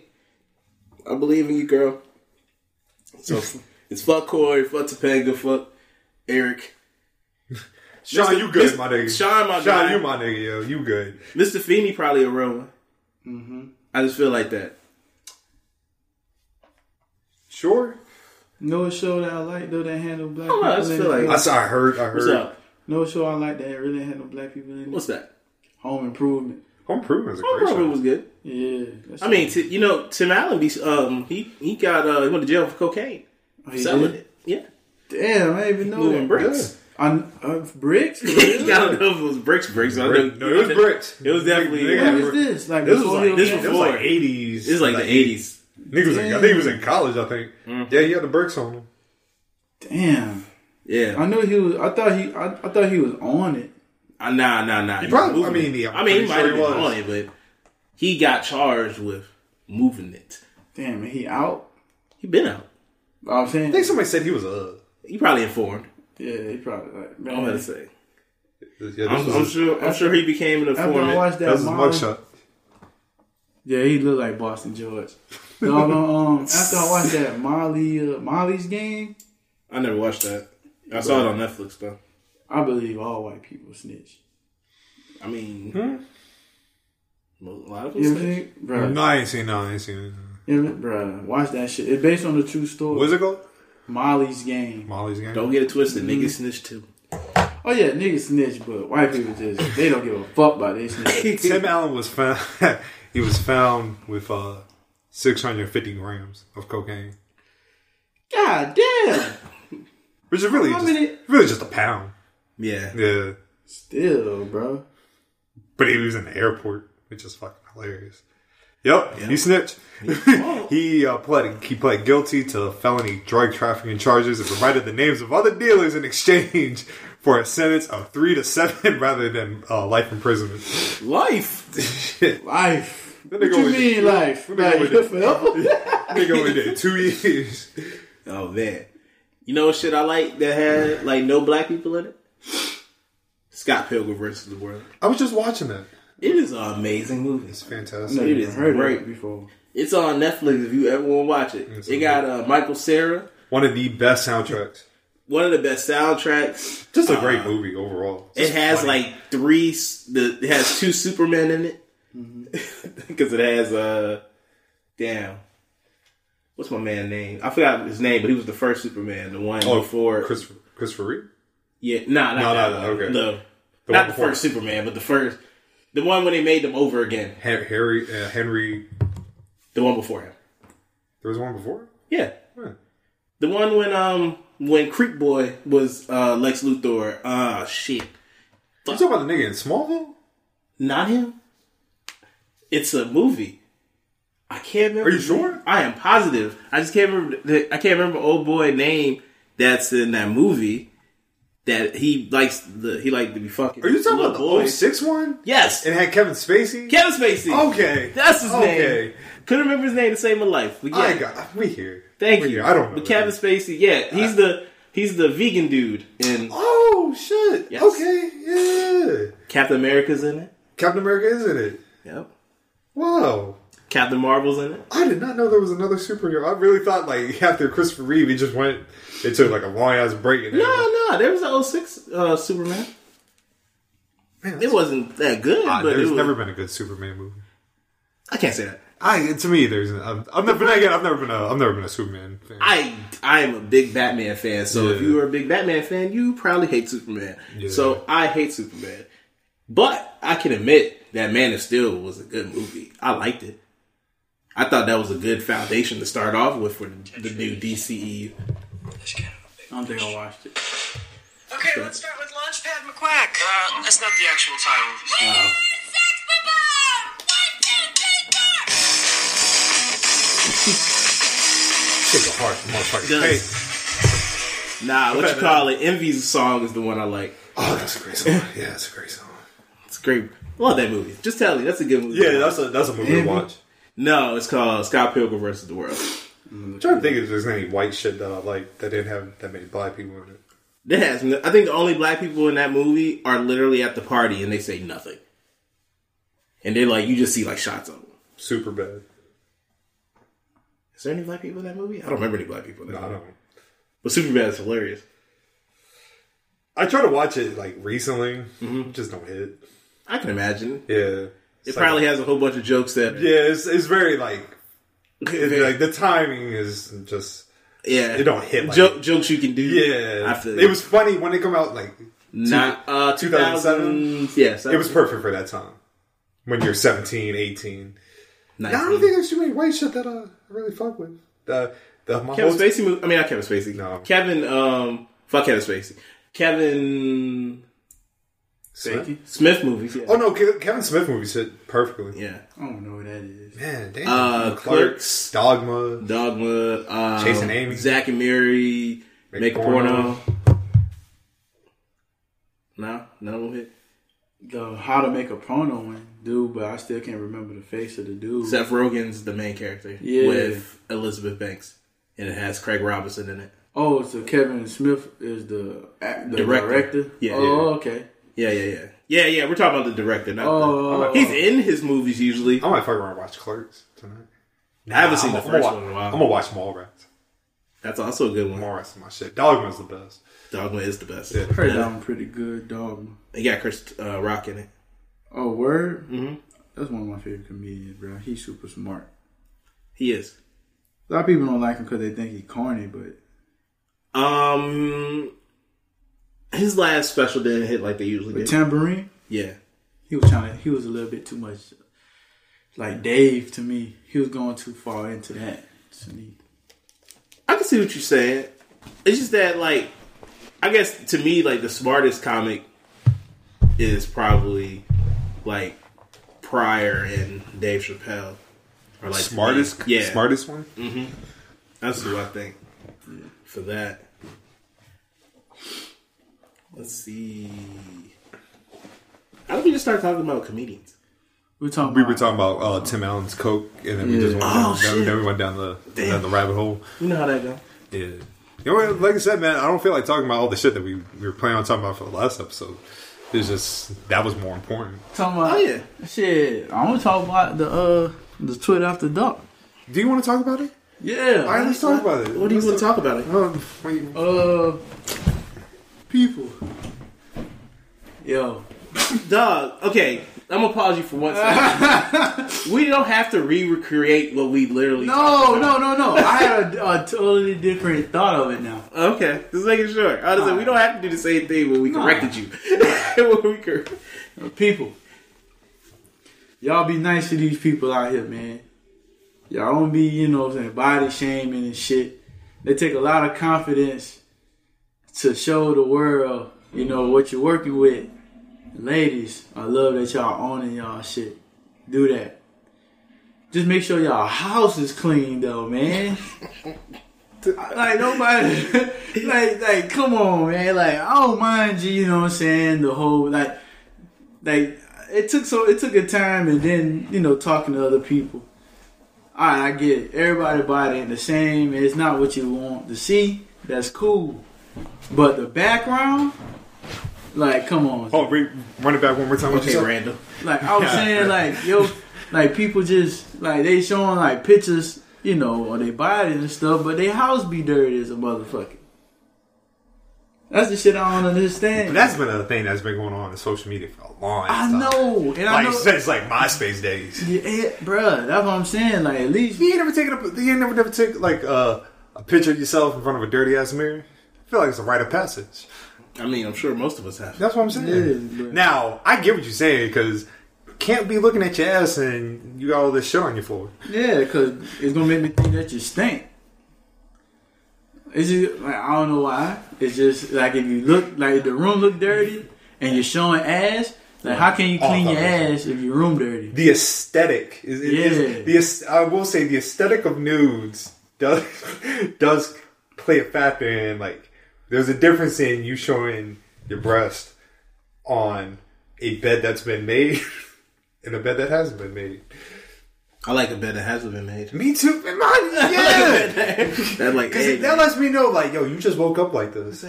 I believe in you, girl. So it's fuck Corey, fuck Topanga, fuck Eric, Sean, Mr. you good, Mr. my nigga. Sean, my guy. you my nigga, yo. You good. Mr. Feeney probably a real one. I just feel like that. Sure. no show that I like though that handle black Oh, people. I just in feel it. like- I, saw, I heard. I heard. What's up? no show I like that really handle black people in it. What's that? Home Improvement. Home Improvement is a Home great Improvement show. was good. Yeah, that's I mean, t- you know, Tim Allen, be, um, he he got uh, he went to jail for cocaine, Oh, he selling did? it. Yeah, Damn, I didn't even know moving that. bricks. On uh, bricks. For I real? don't know if it was bricks, bricks. I know- No, it was bricks. It was definitely. They What had- is this? Like This was before like he this was was like before. eighties. This is like the Mm-hmm. '80s. Nigga was in, I think he was in college. I think. Yeah, he had the bricks on him. Damn. Yeah, I knew he was. I thought he. I, I thought he was on it. Uh, nah, nah, nah. He probably- was moving I mean, yeah, I'm I mean, he pretty might sure have he been was. on it, but he got charged with moving it. Damn, and he out. He been out. I'm saying. I think somebody said he was uh. He probably informed. Yeah, he probably like. Man, I'm gonna say. Yeah, this I'm, was I'm his- sure. I'm sure he became an After I informant. watched that that, was his Marlon- mugshot. Yeah, he looked like Boston George. No, no, um, after I watched that Molly, uh, Molly's game, I never watched that. I saw it on Netflix though. I believe all white people snitch. I mean, a lot of Hmm? You people. know what I'm say- saying, bro? No, I ain't seen. No, I ain't seen. it. bro, watch that shit. It's based on the true story. What's it called? Molly's game. Molly's game. Don't get it twisted. Mm-hmm. Niggas snitch too. Oh yeah, niggas snitch, but white people just they don't give a fuck about this snitch. Tim Allen was found. he was found with uh, 650 grams of cocaine, God damn. which is really How just, many- really just a pound. Yeah. Yeah, Still, bro. but he was in the airport, which is fucking hilarious. Yep, he snitched. he uh, pled he pled guilty to felony drug trafficking charges and provided the names of other dealers in exchange for a sentence of three to seven rather than uh, life imprisonment. Life, Shit, Life. That What nigga you was- mean life? That nigga Like, was- forever? nigga only did two years. oh man, you know what shit I like that had like no black people in it. Scott Pilgrim versus the World. I was just watching that. It is an amazing movie. It's fantastic. No, you didn't. Heard Right. it before. It's on Netflix if you ever want to watch it. it got uh, Michael Sarah, One of the best soundtracks. one of the best soundtracks. Just a great movie overall. Uh, It has like three. s- The it has two Supermen in it because it has uh damn. What's my man name? I forgot his name, but he was the first Superman, the one before. Oh, Chris Christopher Reeve. yeah, nah, nah, No, nah, no, no, okay. no. The not one the before. first Superman, but the first, the one when they made them over again, Hen- Harry uh, Henry. the one before him. There was one before. Yeah, Huh. the one when um when Creek Boy was uh Lex Luthor. Ah, shit, You talking about the nigga in Smallville? not him. It's a movie. I can't remember. Are you sure? I am positive. I just can't remember. The, I can't remember old boy name that's in that movie that he likes. The he liked to be fucking. Are you talking about the little boys. 06 one? Yes, And had Kevin Spacey. Kevin Spacey. Okay, that's his okay. name. Couldn't remember his name to save my life. But yeah, I got we here. thank we you. Here. I don't know. But Kevin Spacey, yeah, he's the he's the vegan dude, and Oh shit. Yes. Okay. Yeah. Captain America's in it. Captain America is in it. Yep. Wow. Captain Marvel's in it. I did not know there was another superhero. I really thought like after Christopher Reeve, he just went. It took like a long ass break. And everything. No, no, there was an 06 uh, Superman. Man, It wasn't that good, Ah, but it there's was, never been a good Superman movie. I can't say that. I to me, there's. I've, I've never. But again, I've never been a. I've never been a Superman fan. I I am a big Batman fan, so if Yeah. you are a big Batman fan, you probably hate Superman. Yeah. So I hate Superman, but I can admit that Man of Steel was a good movie. I liked it. I thought that was a good foundation to start off with for the, the new E. DCEU. I don't think I watched it. Okay, let's start with Launchpad McQuack. Uh, that's not the actual title of this. Uh, Take a heart, motherfucker. Hey. Does- nah, what you call it? Envy's song is the one I like. Oh, that's a great song. Yeah, that's a great song. It's great. Love that movie. Just tell you, that's a good movie. Yeah, that's a that's a movie to watch. no. It's called Scott Pilgrim versus the World. I'm trying to think if there's any white shit that I like that didn't have that many black people in it. That has. No, I think the only black people in that movie are literally at the party and they say nothing, and they're like, you just see like shots of them. Super bad. Is there any black people in that movie? I don't remember any black people. In that No, I movie. don't. But Superbad is hilarious. I try to watch it like recently. Just don't hit. I can imagine. Yeah. It It's like- probably has a whole bunch of jokes that. Yeah, it's, it's very like it's, like the timing is just yeah. it don't hit like- Joke, jokes you can do. yeah. I feel it was funny when it come out like not uh, 2007? 2007. Yes, it was perfect for that time. When you're 17, 18. I don't think there's too many white shit that uh, I really fuck with. The the my Kevin whole- Spacey. Movie, I mean, not Kevin Spacey. No. Kevin. Um, fuck Kevin Spacey. Kevin Smith? Smith movies. Yeah. Oh no, Ke- Kevin Smith movies hit perfectly. Yeah. I don't know what that is. Man, damn. Uh, Clerks. Dogma. Dogma, um, Chasing Amy. Zach and Mary, Make Make, a a Porno. porno. No, none of them hit. The How to Make a Porno one, dude, but I still can't remember the face of the dude. Seth Rogen's the main character Yeah. with Elizabeth Banks, and it has Craig Robinson in it. Oh, so Kevin Smith is the, act- the Director. director. Yeah, Oh, okay. Yeah, yeah, yeah, yeah, yeah. We're talking about the director. Not Oh. the, he's in his movies usually. I might fuck around and watch Clerks tonight. I haven't seen I'm the gonna- first I'm one in a gonna- while. I'm gonna watch Mallrats. That's also a good one. Mallrats is my shit. Dogma's the best. Dogma is the best. Yeah. Heard And that one pretty good, dog. It got Chris uh, Rock in it. Oh, word? Mm-hmm. That's one of my favorite comedians, bro. He's super smart. He is. A lot of people don't like him because they think he's corny, but Um, his last special didn't hit like they usually the did. tambourine, yeah. he was trying to, he was a little bit too much like Dave to me. He was going too far into that. So he- I can see what you're saying. It's just that, like, I guess to me, like, the smartest comic is probably like Pryor and Dave Chappelle. Or like smartest, yeah, smartest one. That's who I think for that. Let's see. How did we just start talking about comedians? We're talking. We were talking about uh, Tim Allen's Coke, and then we just went Yeah. down, Oh, then, shit. then we went down the Damn. down the rabbit hole. You know how that goes. Yeah. You know, what, like I said, man, I don't feel like talking about all the shit that we, we were planning on talking about for the last episode. It's just that was more important. talking about. Oh, yeah. Shit, I want to talk about the uh the Twitter after dark. Do you want to talk about it? Yeah. All right, let's talk about it. What do you want to talk about? It? Um, wait. Uh, people. Yo, Dog, okay, I'm gonna pause you for one second. we don't have to re recreate what we literally. no, no, no, no. I had a, a totally different thought of it now. Okay, just making sure. Honestly, we don't have to do the same thing when we corrected you. when we cor- People, y'all be nice to these people out here, man. Y'all don't be, you know, what I'm saying body shaming and shit. They take a lot of confidence to show the world, you know, what you're working with. Ladies, I love that y'all owning y'all shit. Do that. Just make sure y'all house is clean though, man. like nobody, like like come on, man. Like I don't mind you, you know what I'm saying. The whole like like it took so it took a time and then you know talking to other people all right i get it everybody body ain't the same it's not what you want to see that's cool but the background like come on Oh, re- run it back one more time. What you Okay, said? Randall. like i was saying like yo like people just like they showing like pictures you know or they bodies and stuff but their house be dirty as a motherfucker that's the shit i don't understand That's been a thing that's been going on in social media for a long i time. know and i Like know since like MySpace days. yeah, yeah, bruh, that's what I'm saying. Like, at least You ain't never taken a you ain't never never took like uh, a picture of yourself in front of a dirty ass mirror. I feel like it's a rite of passage. I mean, I'm sure most of us have. That's what I'm saying. Yeah, but- now I get what you're saying because can't be looking at your ass and you got all this shit on your floor. Yeah, because it's gonna make me think that you stink. It's just like I don't know why. It's just like if you look like if the room look dirty and you're showing ass. Like how can you Oh, I clean thought your it ass if your room dirty? The aesthetic is, it is- Yeah. the aes- I will say the aesthetic of nudes does does play a factor in like there's a difference in you showing your breast on a bed that's been made and a bed that hasn't been made. I like a bed that hasn't been made. Me too. man, mine- yeah. That like Because hey, that lets me know, like, yo, you just woke up like this.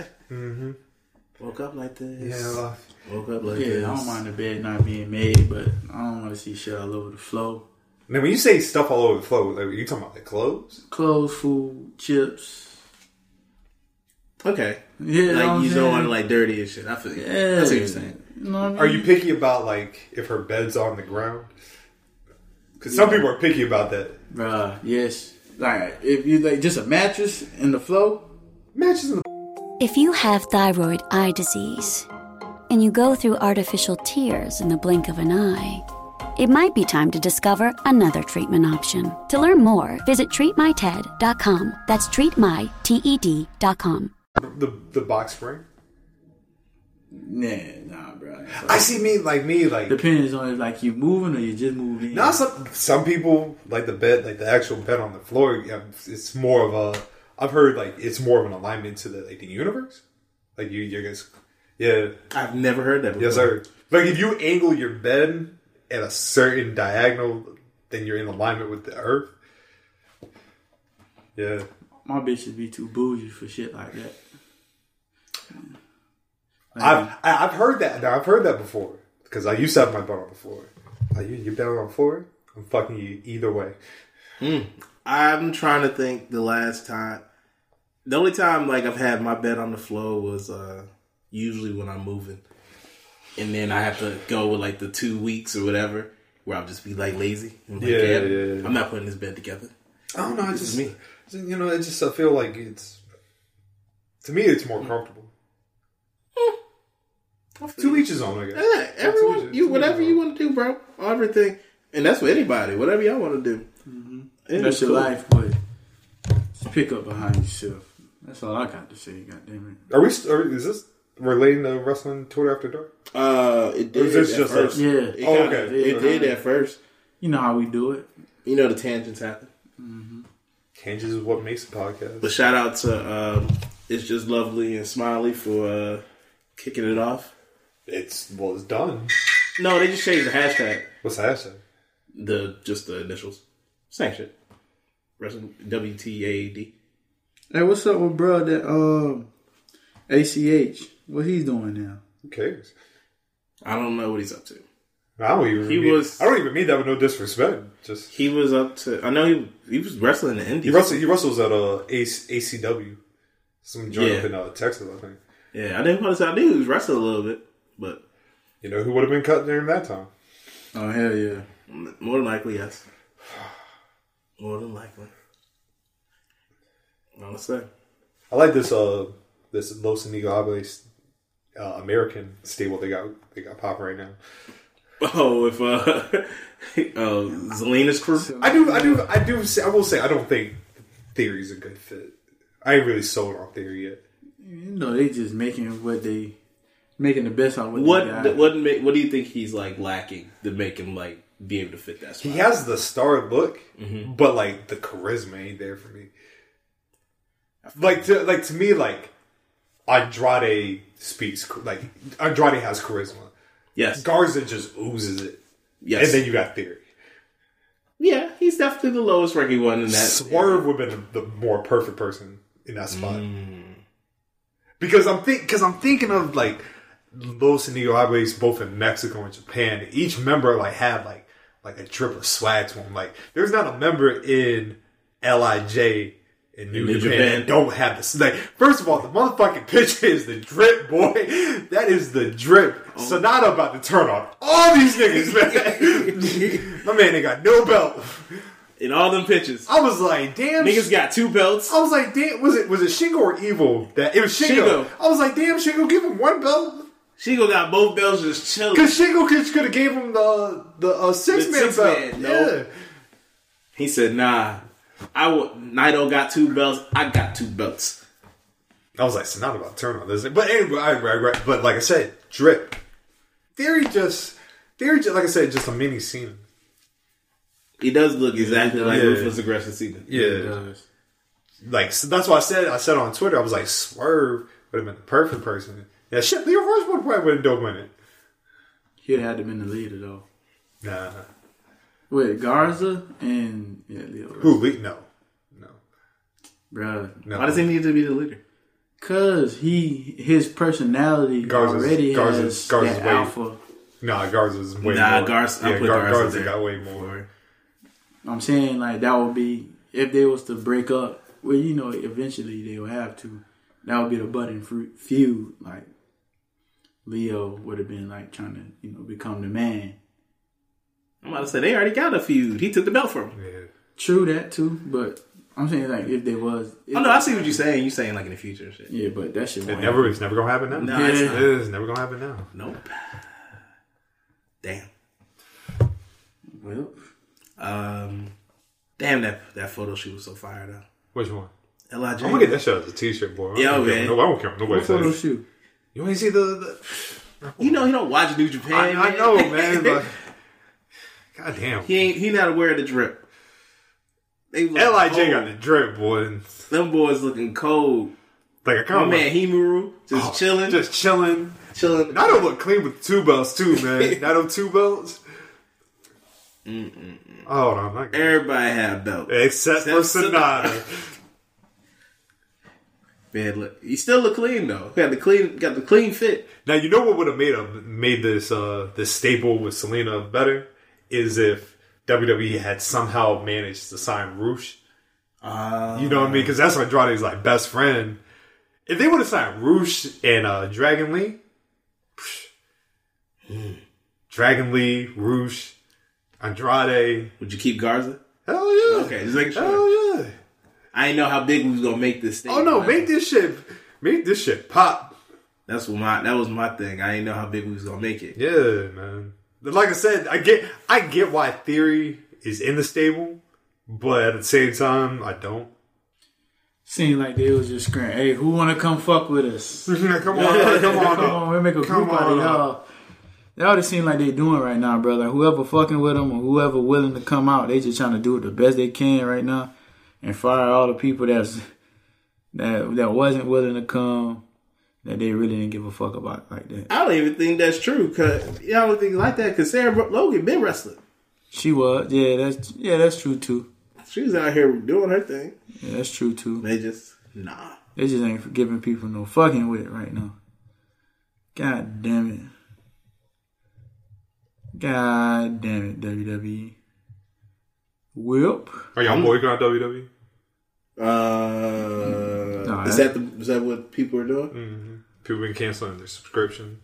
woke up like this. Yeah. Woke up like this. Yeah, I don't mind the bed not being made, but I don't want to see shit all over the floor. Now, when you say stuff all over the floor, like, you talking about like clothes? Clothes, food, chips. Okay, Yeah, you know what I'm like you saying? don't want to like dirty and shit. I feel you. Yeah. That's what you're saying. You know what I mean? Are you picky about like if her bed's on the ground? Because some people are picky about that. Bruh, yes. Like if you like just a mattress in the floor. Matches in the If you have thyroid eye disease and you go through artificial tears in the blink of an eye, it might be time to discover another treatment option. To learn more, visit treatmyted.com. That's treatmyted.com. the, the box spring. Nah, nah, bro. I see me like me like Depends on if like you moving or you just moving. not some some people like the bed like the actual bed on the floor. yeah, It's more of a I've heard like it's more of an alignment to the like the universe. Like you you're just yeah I've never heard that. Before. yes sir. Like if you angle your bed at a certain diagonal, then you're in alignment with the earth. Yeah. my bitches be too bougie for shit like that. I've I- I've heard that. Now, I've heard that before because I used to have my butt on the floor. Are you your butt on the floor? I'm fucking you either way. I'm trying to think the last time. The only time like I've had my bed on the floor was uh usually when I'm moving. And then I have to go with like the two weeks or whatever where I'll just be like lazy. I'm like, Yeah, yeah, yeah, yeah. I'm not putting this bed together. I don't know. I just me. You know, it just I feel like it's to me it's more comfortable. Two each is on, I guess. Yeah, Two everyone each- you two whatever each is you on. want to do, bro. Everything. And that's for anybody, whatever y'all want to do. Mm-hmm. It That's is your cool. life, but just pick up behind yourself. That's all I got to say. God damn it. Are we? st- Are, is this relating to wrestling Twitter after dark? Uh, it did is this at just first. us? Yeah, It Oh, kinda- okay. It did at first. you know how we do it. You know the tangents happen. Changes is what makes a podcast. But shout out to um, it's just lovely and smiley for uh, kicking it off. It's well, it's done. No, they just changed the hashtag. What's the hashtag? The just the initials. Same shit. W T A D. Hey, what's up with bro that um ACH? What he's doing now? Who cares? I don't know what he's up to. I don't even. He mean, was- I don't even mean that with no disrespect. Just He was up to. I know he he was wrestling in he India. wrestles. He wrestles at uh, Ace, ACW, some joint up Yeah. in uh, Texas, I think. Yeah, I didn't want to say I knew he was wrestling a little bit, but You know who would have been cut during that time? Oh hell yeah! more than likely, yes. More than likely. Honestly, I like this uh this Los Angeles uh, American stable they got they got popping right now. oh, if uh, uh Zelina's crew. I do I do I do say, I will say I don't think theory's a good fit. I ain't really sold on theory yet. You know they just making what they making the best out of what, they What got. what ma- what do you think he's like lacking to make him like be able to fit that spot? He has the star look, but like the charisma ain't there for me. Like to like to me like Andrade speaks ch- like Andrade has charisma. yes, Garza just oozes it, yes, and then you got theory. yeah. He's definitely the lowest ranking one in that. Swerve would have been the more perfect person in that spot. Mm. Because I'm think because I'm thinking of like Los Anigables both in Mexico and Japan. Each member like had like like a drip of swag to them. Like there's not a member in Lij in New, New Japan, Japan. that don't have this. Like first of all, the motherfucking picture is the drip boy. That is the drip. Oh. Sonata about to turn on all these niggas. Man. My man, they got no belt. in all them pitches. I was like, damn, Niggas got two belts. I was like, damn, was it was it Shingo or Evil that it was Shingo? Shingo. I was like, damn, Shingo, give him one belt Shingo got both belts just chilling. because Shingo could have gave him the the uh, six The man six belt. man, yeah, nope. He said, "Nah, I will." Naito got two belts. I got two belts. I was like, it's not about turn on this, but anyway, I, I, I, but like I said, drip theory just theory just like I said, just a mini scene. He does look exactly like Yeah. Ruthless Aggression Cena. Yeah, like so that's why I said I said on Twitter, I was like, Swerve would have been the perfect person. Yeah, shit, Leo Rush would probably wouldn't do win it. He'd had to been the leader though. Nah, Wait, Garza and yeah, Leo. who? Le- no, no, Bruh. no. Why does he need to be the leader? Cause he his personality Garza's- already Garza's- has Garza's that way- alpha. Nah, Garza's way Nah, more. Garza- I put Garza there. got way more. I'm saying like that would be if they was to break up. Well, you know, eventually they will have to. That would be the budding fruit feud. Like Leo would have been like trying to you know become the man. I'm about to say they already got a feud. He took the belt from him. True that too, but I'm saying like if they was. If Oh no, I see what you're saying. You're saying like in the future and shit. Yeah, but that shit It won't never, it's never gonna happen now. Nah, it's It is never gonna happen now. Nope. Damn. happen. Well, Um. Damn that that photo shoot was so fire though. Which one? Lij. I'm gonna get that shit as a T-shirt, boy. I Yeah, don't care man. what No, I don't care. what Nobody what photo says. shoot? You want to see the? the You know he don't watch New Japan. I, I man. know, man. But God damn. he ain't. He not aware of the drip. They look Lij cold. got the drip, boy. and, them boys looking cold. Like I My kind man of Himuru just chilling, just Oh, just chilling. chilling. And I don't look clean with two belts too, man. Not on two belts. Oh no, I'm not good. Everybody have belt. Except for Sonata. Man, look, he still look clean though. Got the clean, got the clean fit. Now you know what would have made a, made this uh, this staple with Selena better is if WWE had somehow managed to sign Roosh. Uh, Uh, you know what I mean? Because that's Andrade's like best friend. If they would have signed Roosh and uh, Dragon Lee, psh. mm. Dragon Lee, Roosh, Andrade, Would you keep Garza? hell yeah, Okay, just making sure. hell yeah. I didn't know how big we was gonna make this thing. Oh no, man. make this shit, make this shit pop. That's what my that was my thing. I didn't know how big we was gonna make it. Yeah, man. Like I said, I get I get why Theory is in the stable, but at the same time, I don't. Seemed like they was just screaming, "Hey, who wanna come fuck with us?" come on, come on, Come on, we make a Come group out on. of y'all. That ought to seem like they doing right now, bro. Like whoever fucking with them or whoever willing to come out, they just trying to do it the best they can right now, and fire all the people that's that that wasn't willing to come, that they really didn't give a fuck about like that. I don't even think that's true. Cause yeah, I don't think it's like that. Cause Sarah Bro- Logan been wrestling. She was, yeah, that's yeah, that's true too. She was out here doing her thing. Yeah, that's true too. They just nah. They just ain't giving people no fucking with it right now. God damn it. God damn it, WWE. Whip. Are y'all boycotting E? WWE? Uh, Nah, is that- that the, is that what people are doing? People been canceling their subscription.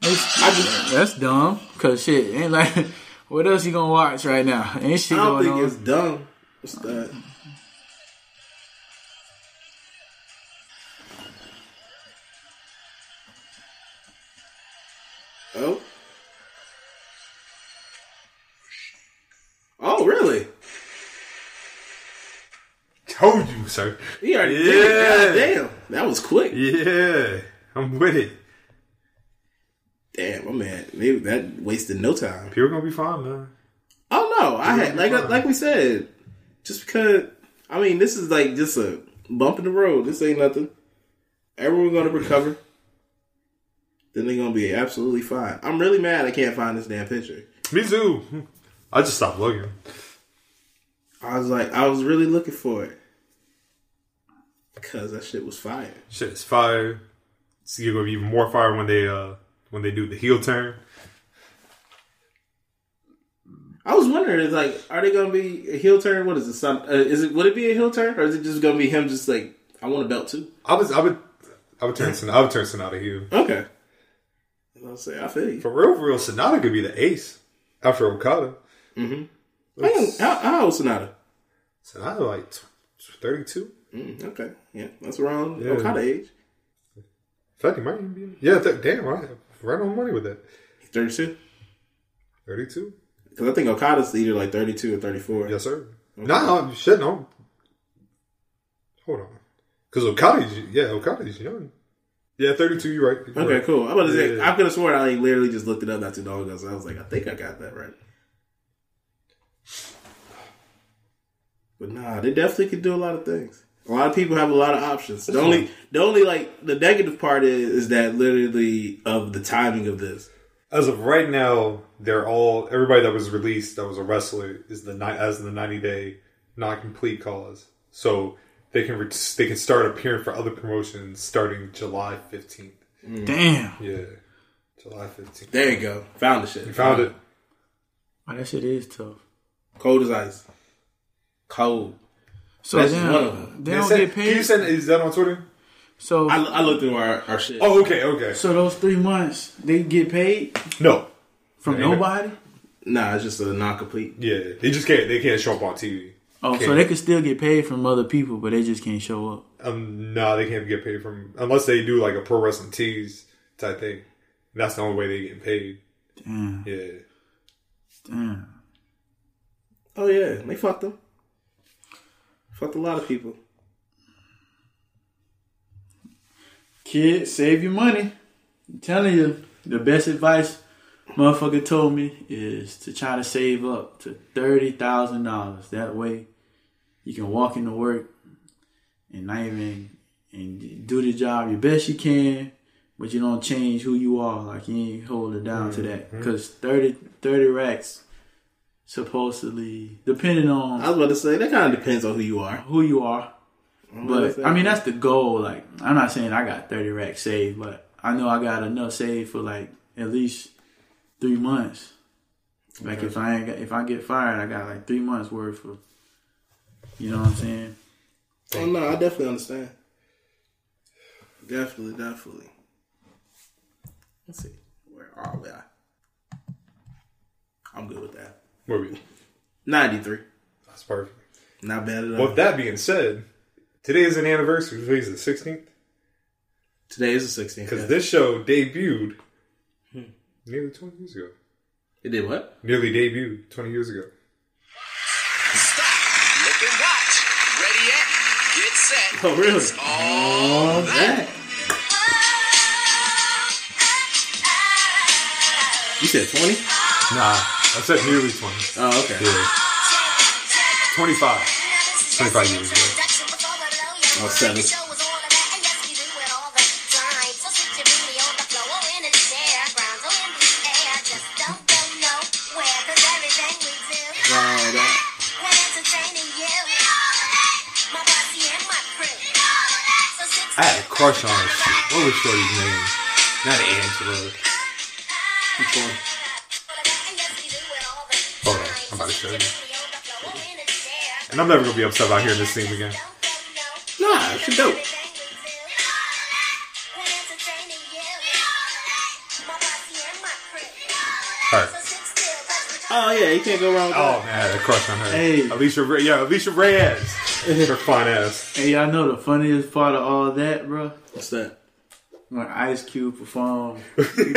That's dumb. Cause shit, ain't like what else you gonna watch right now? Ain't shit I don't going think on. it's dumb. What's that? Oh. Oh, really? Told you, sir. He already yeah. Yeah. Damn, that was quick. Yeah, I'm with it. Damn, my man, maybe that wasted no time. People gonna be fine, man. Oh no, I had like like we said, just because I mean this is like just a bump in the road. This ain't nothing. Everyone gonna recover. Then they gonna be absolutely fine. I'm really mad I can't find this damn picture. Me too. I just stopped looking. I was like, I was really looking for it because that shit was fire. Shit, it's fire. It's gonna be even more fire when they uh when they do the heel turn. I was wondering, is like, are they gonna be a heel turn? What is it? Some uh, is it? Would it be a heel turn, or is it just gonna be him? Just like, I want a belt too. I was I would I would turn Sonata, I would turn Sonata heel. Okay. And I was like, I feel you. For real, for real, Sonata could be the ace after Okada. Mm-hmm. Dang, how, how old Sonata? Sonata like thirty two. Mm, okay, yeah, that's around Yeah. Okada age. Fucking might even be. Yeah, th- damn, right, right on money with that. Thirty-two, Thirty two. because I think Okada's either like thirty-two or thirty-four. Yes, sir. Nah, I'm- shit, no. Hold on. Because Okada's, yeah, Okada's young. Yeah, 32, you're right. You're Okay, right. cool. I'm about to say, Yeah. I could have sworn I like, literally just looked it up not too long ago. So I was like, I think I got that right. But nah, they definitely could do a lot of things. A lot of people have a lot of options. The only, the only like the negative part is, is that literally of the timing of this. As of right now, they're all, everybody that was released that was a wrestler is the night as the 90 day non complete cause. So they can re- they can start appearing for other promotions starting July 15th. Damn. Yeah. July 15th. There you go, found the shit. You found it. Oh, that shit is tough. Cold as ice. Cold. So That's then one of them. they Yeah, don't send- get Can paid. you send, is that on Twitter? so I, I looked through our, our shit. Oh, okay, okay. so those three months they get paid No. from Ain't it- nobody. Nah, it's just a non-complete. Yeah, they just can't, they can't show up on TV. Oh, so Can't. they could still get paid from other people, but they just can't show up. Um, no, they can't get paid from unless they do like a pro wrestling tease type thing. That's the only way they get paid. Damn, Yeah, damn. Oh yeah, they fucked them. Fucked a lot of people. Kid, save your money. I'm telling you, the best advice motherfucker told me is to try to save up to thirty thousand dollars. That way, you can walk into work and not even and do the job your best you can, but you don't change who you are. Like you ain't hold it down to that because 30, 30 racks supposedly depending on I was about to say that kind of depends on who you are. who you are. gonna But say- I mean, that's the goal. Like, I'm not saying I got 30 racks saved, but I know I got enough saved for like at least three months. Like if I ain't got, if I get fired, I got like three months worth of, you know what I'm saying? Oh no, I definitely understand. Definitely, definitely. Let's see, where are we? at? I'm good with that. where we? Ninety-three, That's perfect. not bad at all. Well, with that being said, today is an anniversary. Today's the sixteenth Today is the 16th. because yes. this show debuted Hmm. nearly twenty years ago. it did what? Nearly debuted twenty years ago. Stop. Look and watch. Ready yet? Get set. Oh really? All All that. that. You said 20? Nah, I said nearly 20. Oh, okay. Yeah. 25. 25 years ago. Oh, seven. Wow, that- I had a crush on her. Shit. What was Shorty's name? Not Angela. Hold on, I'm about to show you. And I'm never gonna be upset about hearing this theme again. Nah, it's dope. Her. Oh, yeah, you can't go wrong with Oh man, I had a crush on her. Hey. Alicia Re- yeah, Alicia Reyes. her fine ass. Hey, y'all know the funniest part of all that, bro? that. What's that? When Ice Cube performed. Was it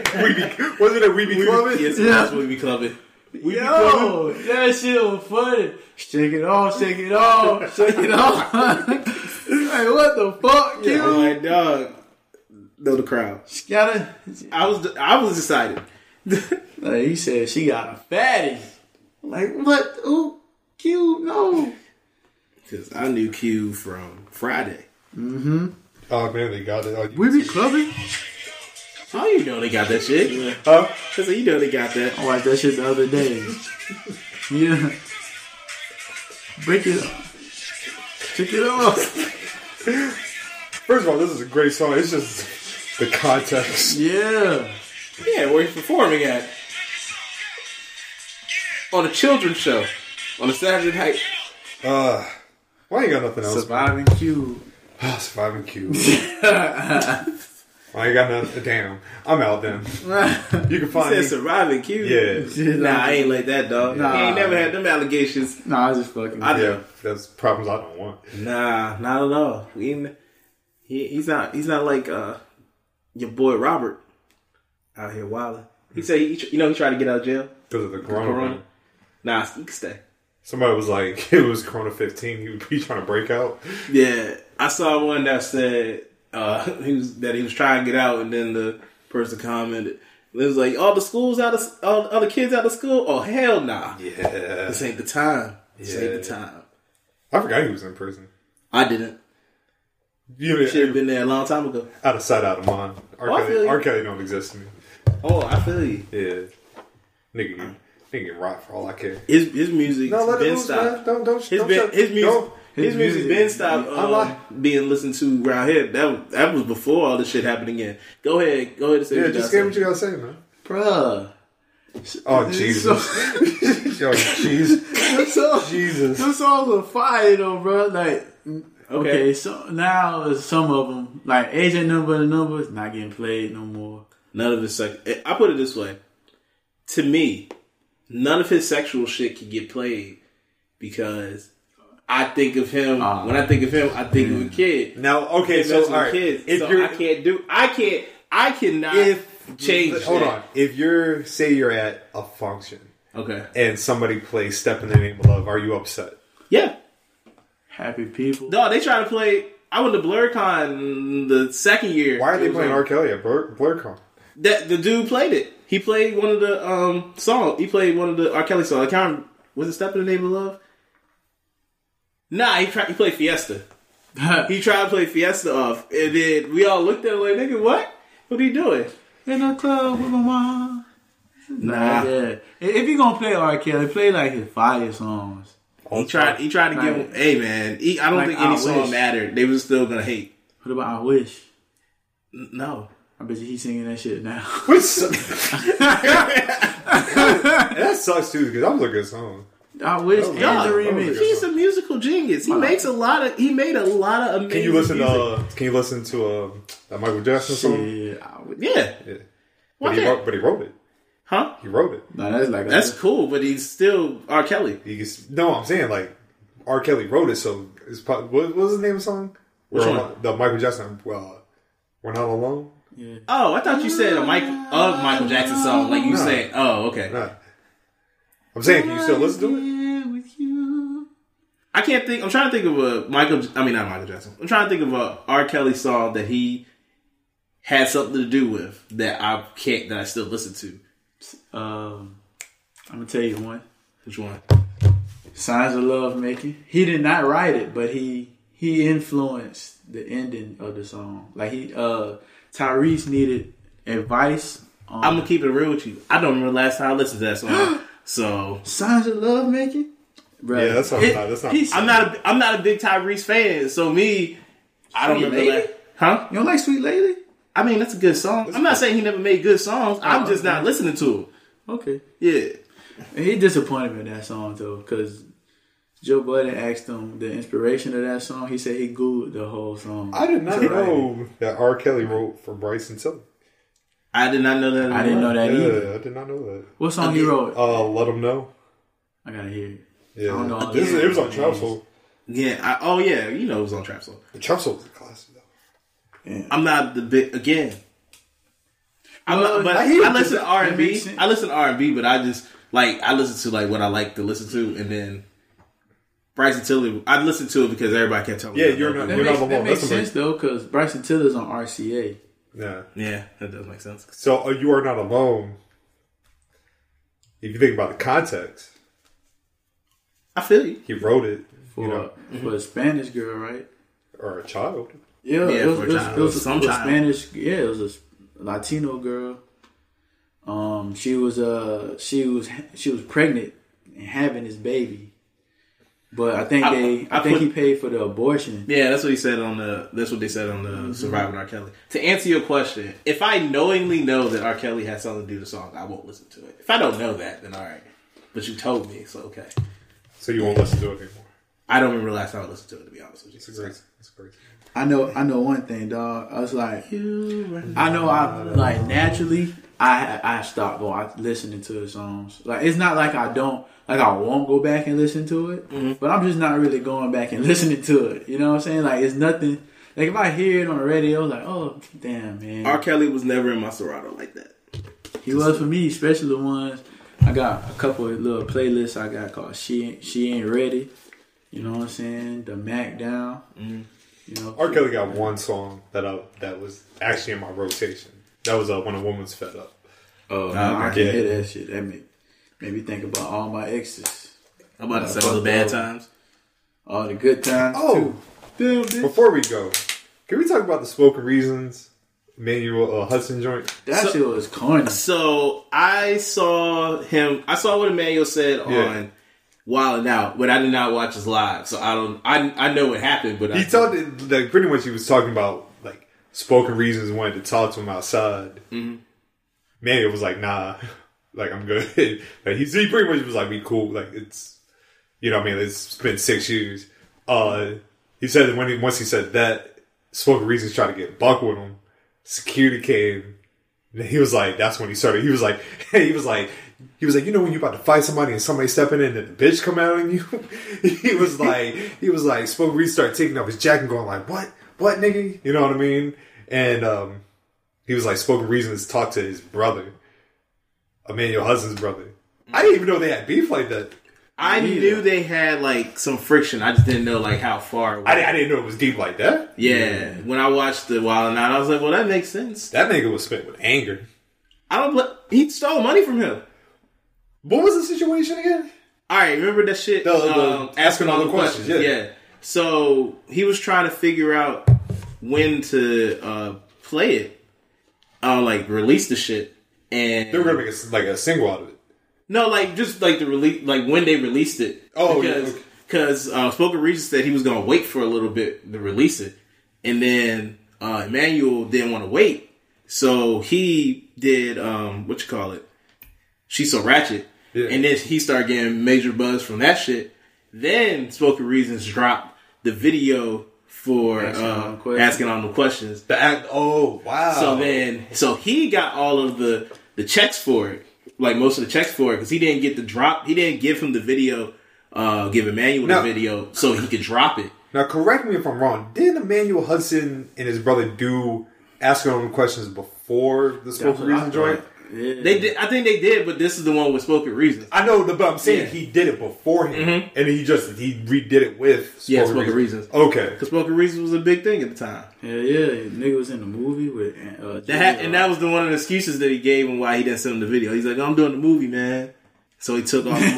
a Weeby Clubbing? Yes, that's what we be clubbing. We be clubbing. Yo, that shit was funny. Shake it off, shake it off, shake it off. like, what the fuck, Yeah, I'm you? like, Oh dog. Know the crowd. Gotta, I was, I was excited. like, he said she got a fatty. Like, what? Ooh, Cube, no. Cause I knew Q from Friday. Oh man, they got it. Oh, you- We be clubbing? Oh, you know they got that shit. Oh, Huh? I said, you know they got that. I watched that shit the other day. yeah. Break it off. Shake it off. First of all, this is a great song. It's just the context. Yeah. Yeah, where he's performing at. On a children's show. On a Saturday night. Uh, why ain't got nothing else? Surviving Cube. Ah, surviving Cube. I ain't got nothing. Damn, I'm out then. You can find Said me. surviving Q. yeah, Nah, I ain't like that, dog. Nah. He ain't never had them allegations. Nah, I was just fucking. I- yeah. That's problems I don't want. Nah, not at all. He, ain't- he he's not he's not like uh your boy Robert out here wilding. He said he you know he tried to get out of jail. Because of the corona. Corona. Nah, you can stay. Somebody was like, it was Corona 15. He would be trying to break out. Yeah, I saw one that said uh, he was that he was trying to get out, and then the person commented, "It was like all the schools out of all the other kids out of school. Oh hell nah, Yeah. this ain't the time. This ain't the Yeah. time. I forgot he was in prison. I didn't. You Should have know, been there a long time ago. out of sight, out of mind. R. Oh, I feel Kelly, you. R. Kelly don't exist to me. Oh, I feel you. Yeah. Nigga, get- nigga get rocked for all I care. His his music No, has let it been loose, stopped. man. Don't, don't, His don't been, shut- his music don't- his music music. been stopped I lie. um, being listened to around here. That that was before all this shit happened again. Go ahead, go ahead and say Yeah, what just y'all say what you gotta say, man. Bruh. Oh, Jesus. Yo, jeez. That's all. Jesus. Them songs are fire though, bro. Like, okay. Okay. so now is some of them like agent number and number is not getting played no more. None of his sex. eh, I put it this way: to me, none of his sexual shit can get played because I think of him Ah. when I think of him, I think of a kid. Now, okay, He so messes all with right. kids. If so you're, I can't do. I can't. I cannot if change. hold that. on, if you're say you're at a function Okay. and somebody plays "Step in the Name of Love," are you upset? Yeah. Happy people. No, they try to play. I went to BlurCon the second year. Why are It they was playing like- R. Kelly at Blur- BlurCon? That the dude played it. He played one of the um song. He played one of the R. Kelly songs. I can't. Remember, was it "Step in the Name of Love"? Nah, he tried. He played Fiesta. He tried to play Fiesta off, and then we all looked at him like, "Nigga, what? What are you doing?" In a club with my mom. Nah. Nah. Yeah. If you gonna play R. Kelly, play like his fire songs. He tried. He tried to give him. Hey, man. He, I don't Like, think any I song wish. mattered. They was still gonna hate. What about I Wish? N- No. I bet you he's singing that shit now. Which su- that sucks too because that was a good song. I Wish Oh, and the God, remix. He's a musical genius. He makes a lot of. He made a lot of amazing. Can you listen to music. uh, Can you listen to uh, that Michael Jackson song? Shit, I Wish. Yeah. But Why he, not? wrote, but he wrote it. Huh? He wrote it. Nah, that's like That's cool, but he's still R. Kelly. He gets, no, I'm saying like R. Kelly wrote it. So it's probably, what, what was the name of the song? Which Where, one? The Michael Jackson. Uh, We're not alone. Oh, I thought you said a Michael of Michael Jackson song, like you said. Oh, okay. Nah. I'm saying, can you still listen to it? with you. I can't think. I'm trying to think of a Michael. I mean, not Michael Jackson. I'm trying to think of a R. Kelly song that he had something to do with that I can't that I still listen to? Um, I'm gonna tell you one. Which one? Signs of Love Making. He did not write it, but he he influenced the ending of the song. Like he uh Tyrese needed advice on I'm gonna keep it real with you. I don't remember last time I listened to that song. So Signs of Love Making? Right. Yeah, that's not. It- that's not. he's- I'm not a, I'm not a big Tyrese fan. So me, I don't Sweet remember Lady? that. Huh? You don't like Sweet Lady? I mean, that's a good Oh, song. I'm not saying he never made good songs. I'm just not listening to him. Okay. Yeah. And he disappointed me in that song though, because Joe Budden asked him the inspiration of that song. He said he googled the whole song. I did not to write it. know that R. Kelly wrote for Bryson Tiller. I did not know that. I didn't know that either. Yeah, I did not know What song he wrote? that. Uh, let them know. I gotta hear it. Yeah, don't know all This the is- it was on names. Trap Soul. Yeah. I, oh yeah. You know it was on Trap Soul. Trap Soul was a classic. Though. I'm not the big again. I'm Well, not, but I I, hear you. listen to R and That makes B. sense. I listen to R and B, but I just like I listen to like what I like to listen to, and then Bryson Tiller. I listened to it because everybody kept telling me. Yeah, I you're love not- it. That We're makes, the that one. makes That's a sense though, because Bryson Tiller's on RCA. Yeah. Yeah, that does make sense. So uh, you are not alone. If you think about the context, I feel you. he wrote it. for, you know, for a Spanish girl, right? or a child. Yeah, Yeah, it was, for a it was, child. it was a- Some it was child. Spanish. Yeah, it was a s- Latino girl. Um, she was uh, she was she was pregnant and having this baby, but I think I- they, I, I think put- he paid for the abortion. Yeah, that's what he said on the. That's what they said on the Mm-hmm. Surviving R. Kelly. To answer your question, if I knowingly know that R. Kelly has something to do with the song, I won't listen to it. If I don't know that, then all right. But you told me, so okay. So you won't listen to it anymore. I don't even realize how I listened to it. To be honest with you, It's crazy. It's crazy. I know, I know one thing, dog. I was like, I know, I like naturally, I I stopped going listening to the songs. Like it's not like I don't, like I won't go back and listen to it, but I'm just not really going back and listening to it. You know what I'm saying? Like it's nothing. Like if I hear it on the radio, like oh damn man, R. Kelly was never in my Serato like that. he was for me, especially the ones I got a couple of little playlists I got called "She Ain't, she Ain't Ready." You know what I'm saying? The Mac Down. You know, R. Kelly got one song that I, that was actually in my rotation. That was uh, when a woman's fed up. Oh, I can okay. hear that shit. That made, made me think about all my exes, I'm about to say all the bad times. all the good times. Oh. too. damn, bitch. Before we go, can we talk about the spoken reasons Manuel uh, Hudson joint? that So- shit was corny. So I saw him. I saw what Emmanuel said Yeah. on Wild and Out, but I did not watch his live, so I don't. I I know what happened, but He I, talked like pretty much he was talking about like spoken reasons wanted to talk to him outside. Manuel was like, nah, like I'm good. like he, he pretty much was like, be cool. Like it's you know what I mean it's been six years. Uh, he said that when he once he said that spoken reasons tried to get buck with him. Security came. And he was like, that's when he started. He was like, he was like, he was like, you know, when you about to fight somebody and somebody stepping in and the bitch come out on you. he was like, he was like, Spoke Reed started taking off his jacket and going like, what, what, nigga? You know what I mean? And um, he was like, Spoken Reasons talked to his brother, Emmanuel Hudson's brother. I didn't even know they had beef like that. I knew they had like some friction. I just didn't know like how far. It was. I, di- I didn't know it was deep like that. Yeah, when I watched the Wild and Out, I was like, "Well, that makes sense." That nigga was spent with anger. I don't. Bl- he stole money from him. What was the situation again? All right, remember that shit? The- the- um, asking all the questions. yeah. yeah. So he was trying to figure out when to uh, play it, uh, like release the shit, and They were gonna make a s like a single out of it. No, like just like the release, like when they released it. Oh, yeah, because okay. because uh, Spoken Reason said he was gonna wait for a little bit to release it, and then uh, Emmanuel didn't want to wait, so he did um, what you call it. She's so ratchet, Yeah. and then he started getting major buzz from that shit. Then Spoken Reasons dropped the video for Asking All the uh, Questions. asking all the questions. The act. Oh wow. So then, so he got all of the the checks for it, like most of the checks for it, because he didn't get the drop. He didn't give him the video, uh, give Emmanuel No. the video, so he could drop it. Now, correct me if I'm wrong. Didn't Emmanuel Hudson and his brother do asking him questions before the spoken what I reason joint? thought. They did. I think they did, but this is the one with spoken reasons. I know, but I'm saying Yeah. Mm-hmm. he did it beforehand, and he just he redid it with Yeah, Spoken Reasons. Okay, Because spoken reasons was a big thing at the time. Yeah, yeah. Nigga was in the movie with uh, That ha- and that was the one of the excuses that he gave and why he didn't send him the video. He's like, "I'm doing the movie, man." So he took off the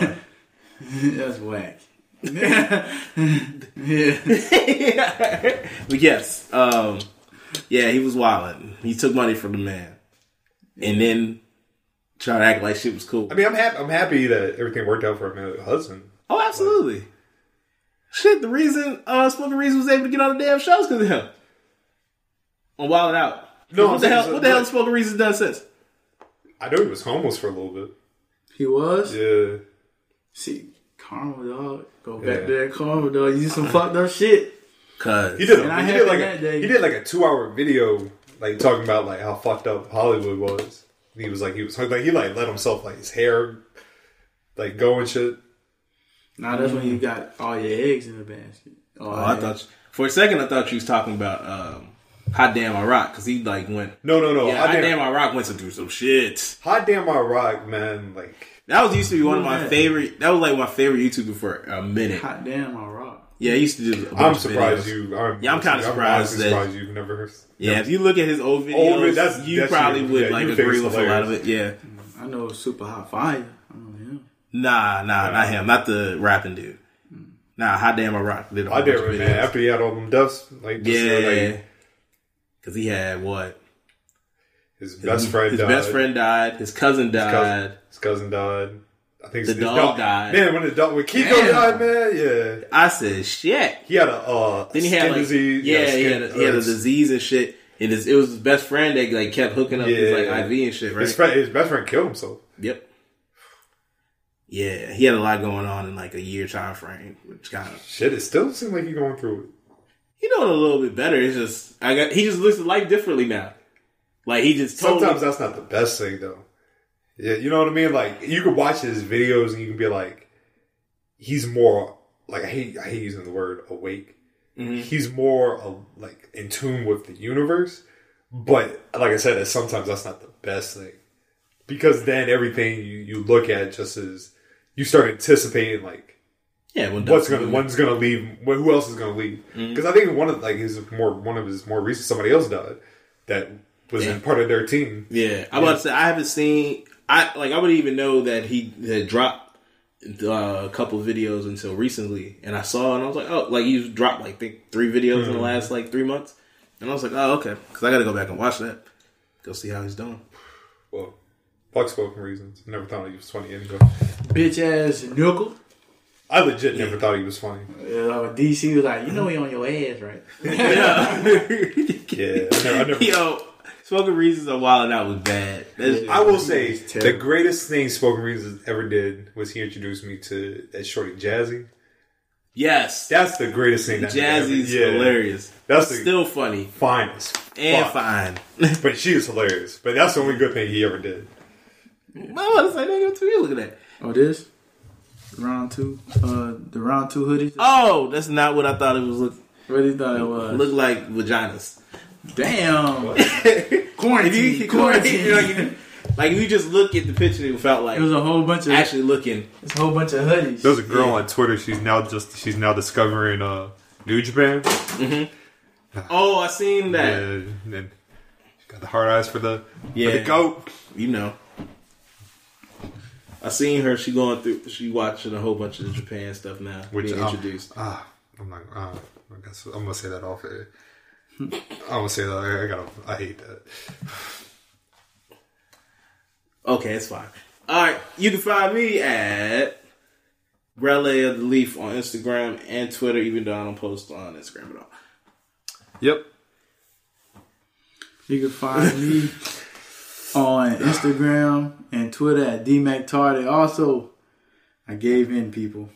money. that's whack. yeah. But yes, um, yeah, he was wilding. He took money from the man, and then tried to act like shit was cool. I mean, I'm happy. I'm happy that everything worked out for him and husband. oh, absolutely. Shit, the reason uh, spoken reason was able to get on the damn shows because of him. On Wild 'N Out. No, what I'm the saying hell? so- what the hell? but- has Spoken reason done since. I know he was homeless for a little bit. He was? Yeah, See, Karma, dog. Go back Yeah. to that Karma, dog. You did some fucked up shit. Cause he did. And A, I he had did like that a, day. he did like a two hour video, like talking about like how fucked up Hollywood was. He was like he was like he like let himself like his hair like go and shit. Now that's when you got all your eggs in the basket. Oh, Mm-hmm. Oh, I thought you- for a second I thought you was talking about um, Hot Damn I Rock because he like went. No, no, no. Yeah, Hot Damn I Rock went to do some shit. Hot damn, I rock, man. Like That was used to be one of my Yeah. favorite. That was like my favorite YouTuber for a minute. Hot damn, I rock. Yeah, he used to do. A bunch I'm of surprised videos. you. I'm, Yeah, I'm kinda honestly surprised that- surprised you've never. Yeah, if you look at his old videos, Old- Oh, that's- you that's probably your- would yeah, like you think agree it's with a lot of it. Yeah, I know Super Hot Fire. I know him. nah, nah, not him, not the rapping dude. Nah, Hot Damn I Rock did a I whole bunch did, of man. videos. After he had all them deaths, like just, yeah, like, because he had what his best friend, his died. best friend died, his cousin died. cousin, his cousin died. I think The his dog died. Man, when the dog when Kiko Damn. died, man, yeah, I said shit. he had a uh, Then he skin had like disease. yeah, he skin- had, a, he had a uh, disease and shit. And his, it was his best friend that like kept hooking up his like Yeah. IV and shit, right? His, friend, his best friend killed himself. Yep. Yeah, he had a lot going on in like a year time frame, which kind of Shit, it still seems like he's going through he doing a little bit better. It's just I got he just looks at life differently now. Like he it. just totally Sometimes that's not the best thing, though. Yeah, you know what I mean. Like you can watch his videos and you can be like, he's more like I hate I hate using the word awake. He's more uh, like in tune with the universe, but like I said, sometimes that's not the best thing because then everything you, you look at just as you start anticipating like yeah. When what's Dr. gonna Who- when's gonna leave wh- who else is gonna leave because I think one of like his more one of his more recent somebody else died that was in part of their team. Yeah, I'm about to say I haven't seen. I like I wouldn't even know that he had dropped uh, a couple videos until recently, and I saw and I was like, oh, like he's dropped like think three videos Mm-hmm. in the last like three months, and I was like, oh, okay, because I got to go back and watch that, go see how he's doing. Well, fuck spoken reasons. Never thought he was funny anyway. Bitch ass Nickel. I legit never thought he was funny. Uh, DC was like, you know he on your ass, right? Yeah, I never, I never Yo, smoking reasons on Wild and Out was bad. That's- I will say the terrible. greatest thing Spoken Reasons ever did was he introduced me to that shorty Jazzy. yes, That's the greatest thing. that Jazzy's yeah. hilarious. That's the Still funny finest. and Fuck. fine. But she is hilarious. But that's the only good thing he ever did. I was like, nigga, what you looking at? Oh, this? Round two. Uh, the round two hoodie. Oh, that's not what I thought it was. Look, What do you thought it was? look like vaginas. Damn. If quarantine. you- quarantine. like, if you- like, if you just look at the picture without like it was a whole bunch of actually looking. it's a whole bunch of hoodies. There's a girl on Twitter. She's now just she's now discovering uh New Japan. Oh, I Yeah, seen that. and, and she got the hard eyes for the yeah. Yeah. for the goat. You know, I seen her. She going through. She watching a whole bunch of Japan stuff now. Which being uh, um, introduced. Ah, I'm not. Uh, I guess I'm gonna say that off air. I'm gonna say that. I, I gotta. I hate that. Okay, it's fine. All right, you can find me at Relay of the Leaf on Instagram and Twitter. Even though I don't post on Instagram at all. Yep. You can find me on Instagram and Twitter at dmactardy. Also, I gave in, people.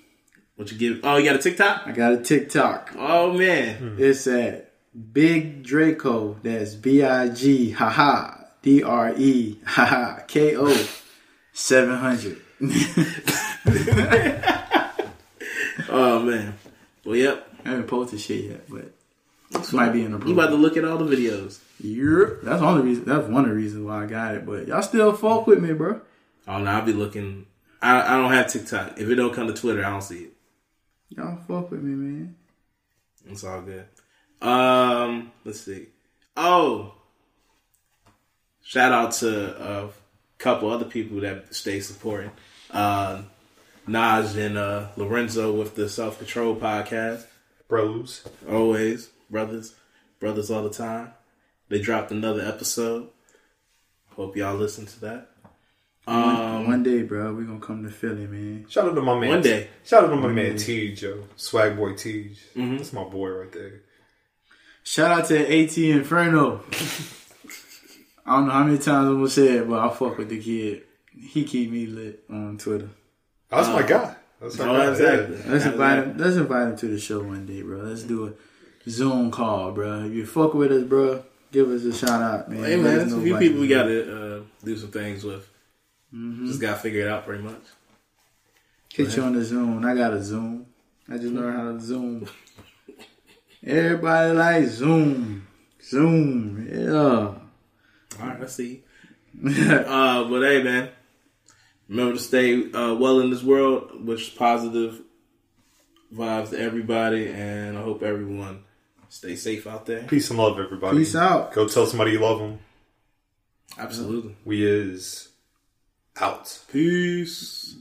What you give? Oh, you got a TikTok? I got a TikTok. Oh man, It's at Big Draco. That's B I G haha D R E haha K O seven hundred. oh man. Well, yep. Oh, I haven't posted shit yet, but This might be an You about to improvement. look at all the videos. Yep. That's the only reason. That's one of the reasons why I got it. But y'all still fuck with me, bro. Oh no, I'll be looking. I, I don't have TikTok. If it don't come to Twitter, I don't see it. Y'all fuck with me, man. It's all good. Um, let's see. Oh, shout out to uh, a couple other people that stay supporting uh, Nas and uh, Lorenzo with the Self Control podcast. Bros. Always brothers, brothers all the time. They dropped another episode. Hope y'all listen to that. Um, One day, bro, we gonna come to Philly, man. Shout out to my man. One day. Mm-hmm. Shout out to my man Tej, yo. Swag boy Tej. That's my boy right there. Shout out to AT Inferno. I don't know how many times I'm gonna say it, but I fuck with the kid. He keep me lit on Twitter. That's my guy. That's my Oh, guy. exactly. Yeah. Let's invite him. Let's invite him to the show one day, bro. Let's do a Zoom call, bro. If you fuck with us, bro, give us a shout out, man. Hey Let man, us there's a know few about people you. we gotta uh, do some things with. Just gotta figure it out pretty much. Hit you on the Zoom. I got a Zoom. I just learned how to Zoom. Everybody like Zoom, Zoom, yeah. All right, I see. uh, but hey, man, remember to stay uh, well in this world. Wish positive vibes to everybody, and I hope everyone stay safe out there. Peace and love, everybody. Peace out. Go tell somebody you love them. Absolutely. We is out. Peace.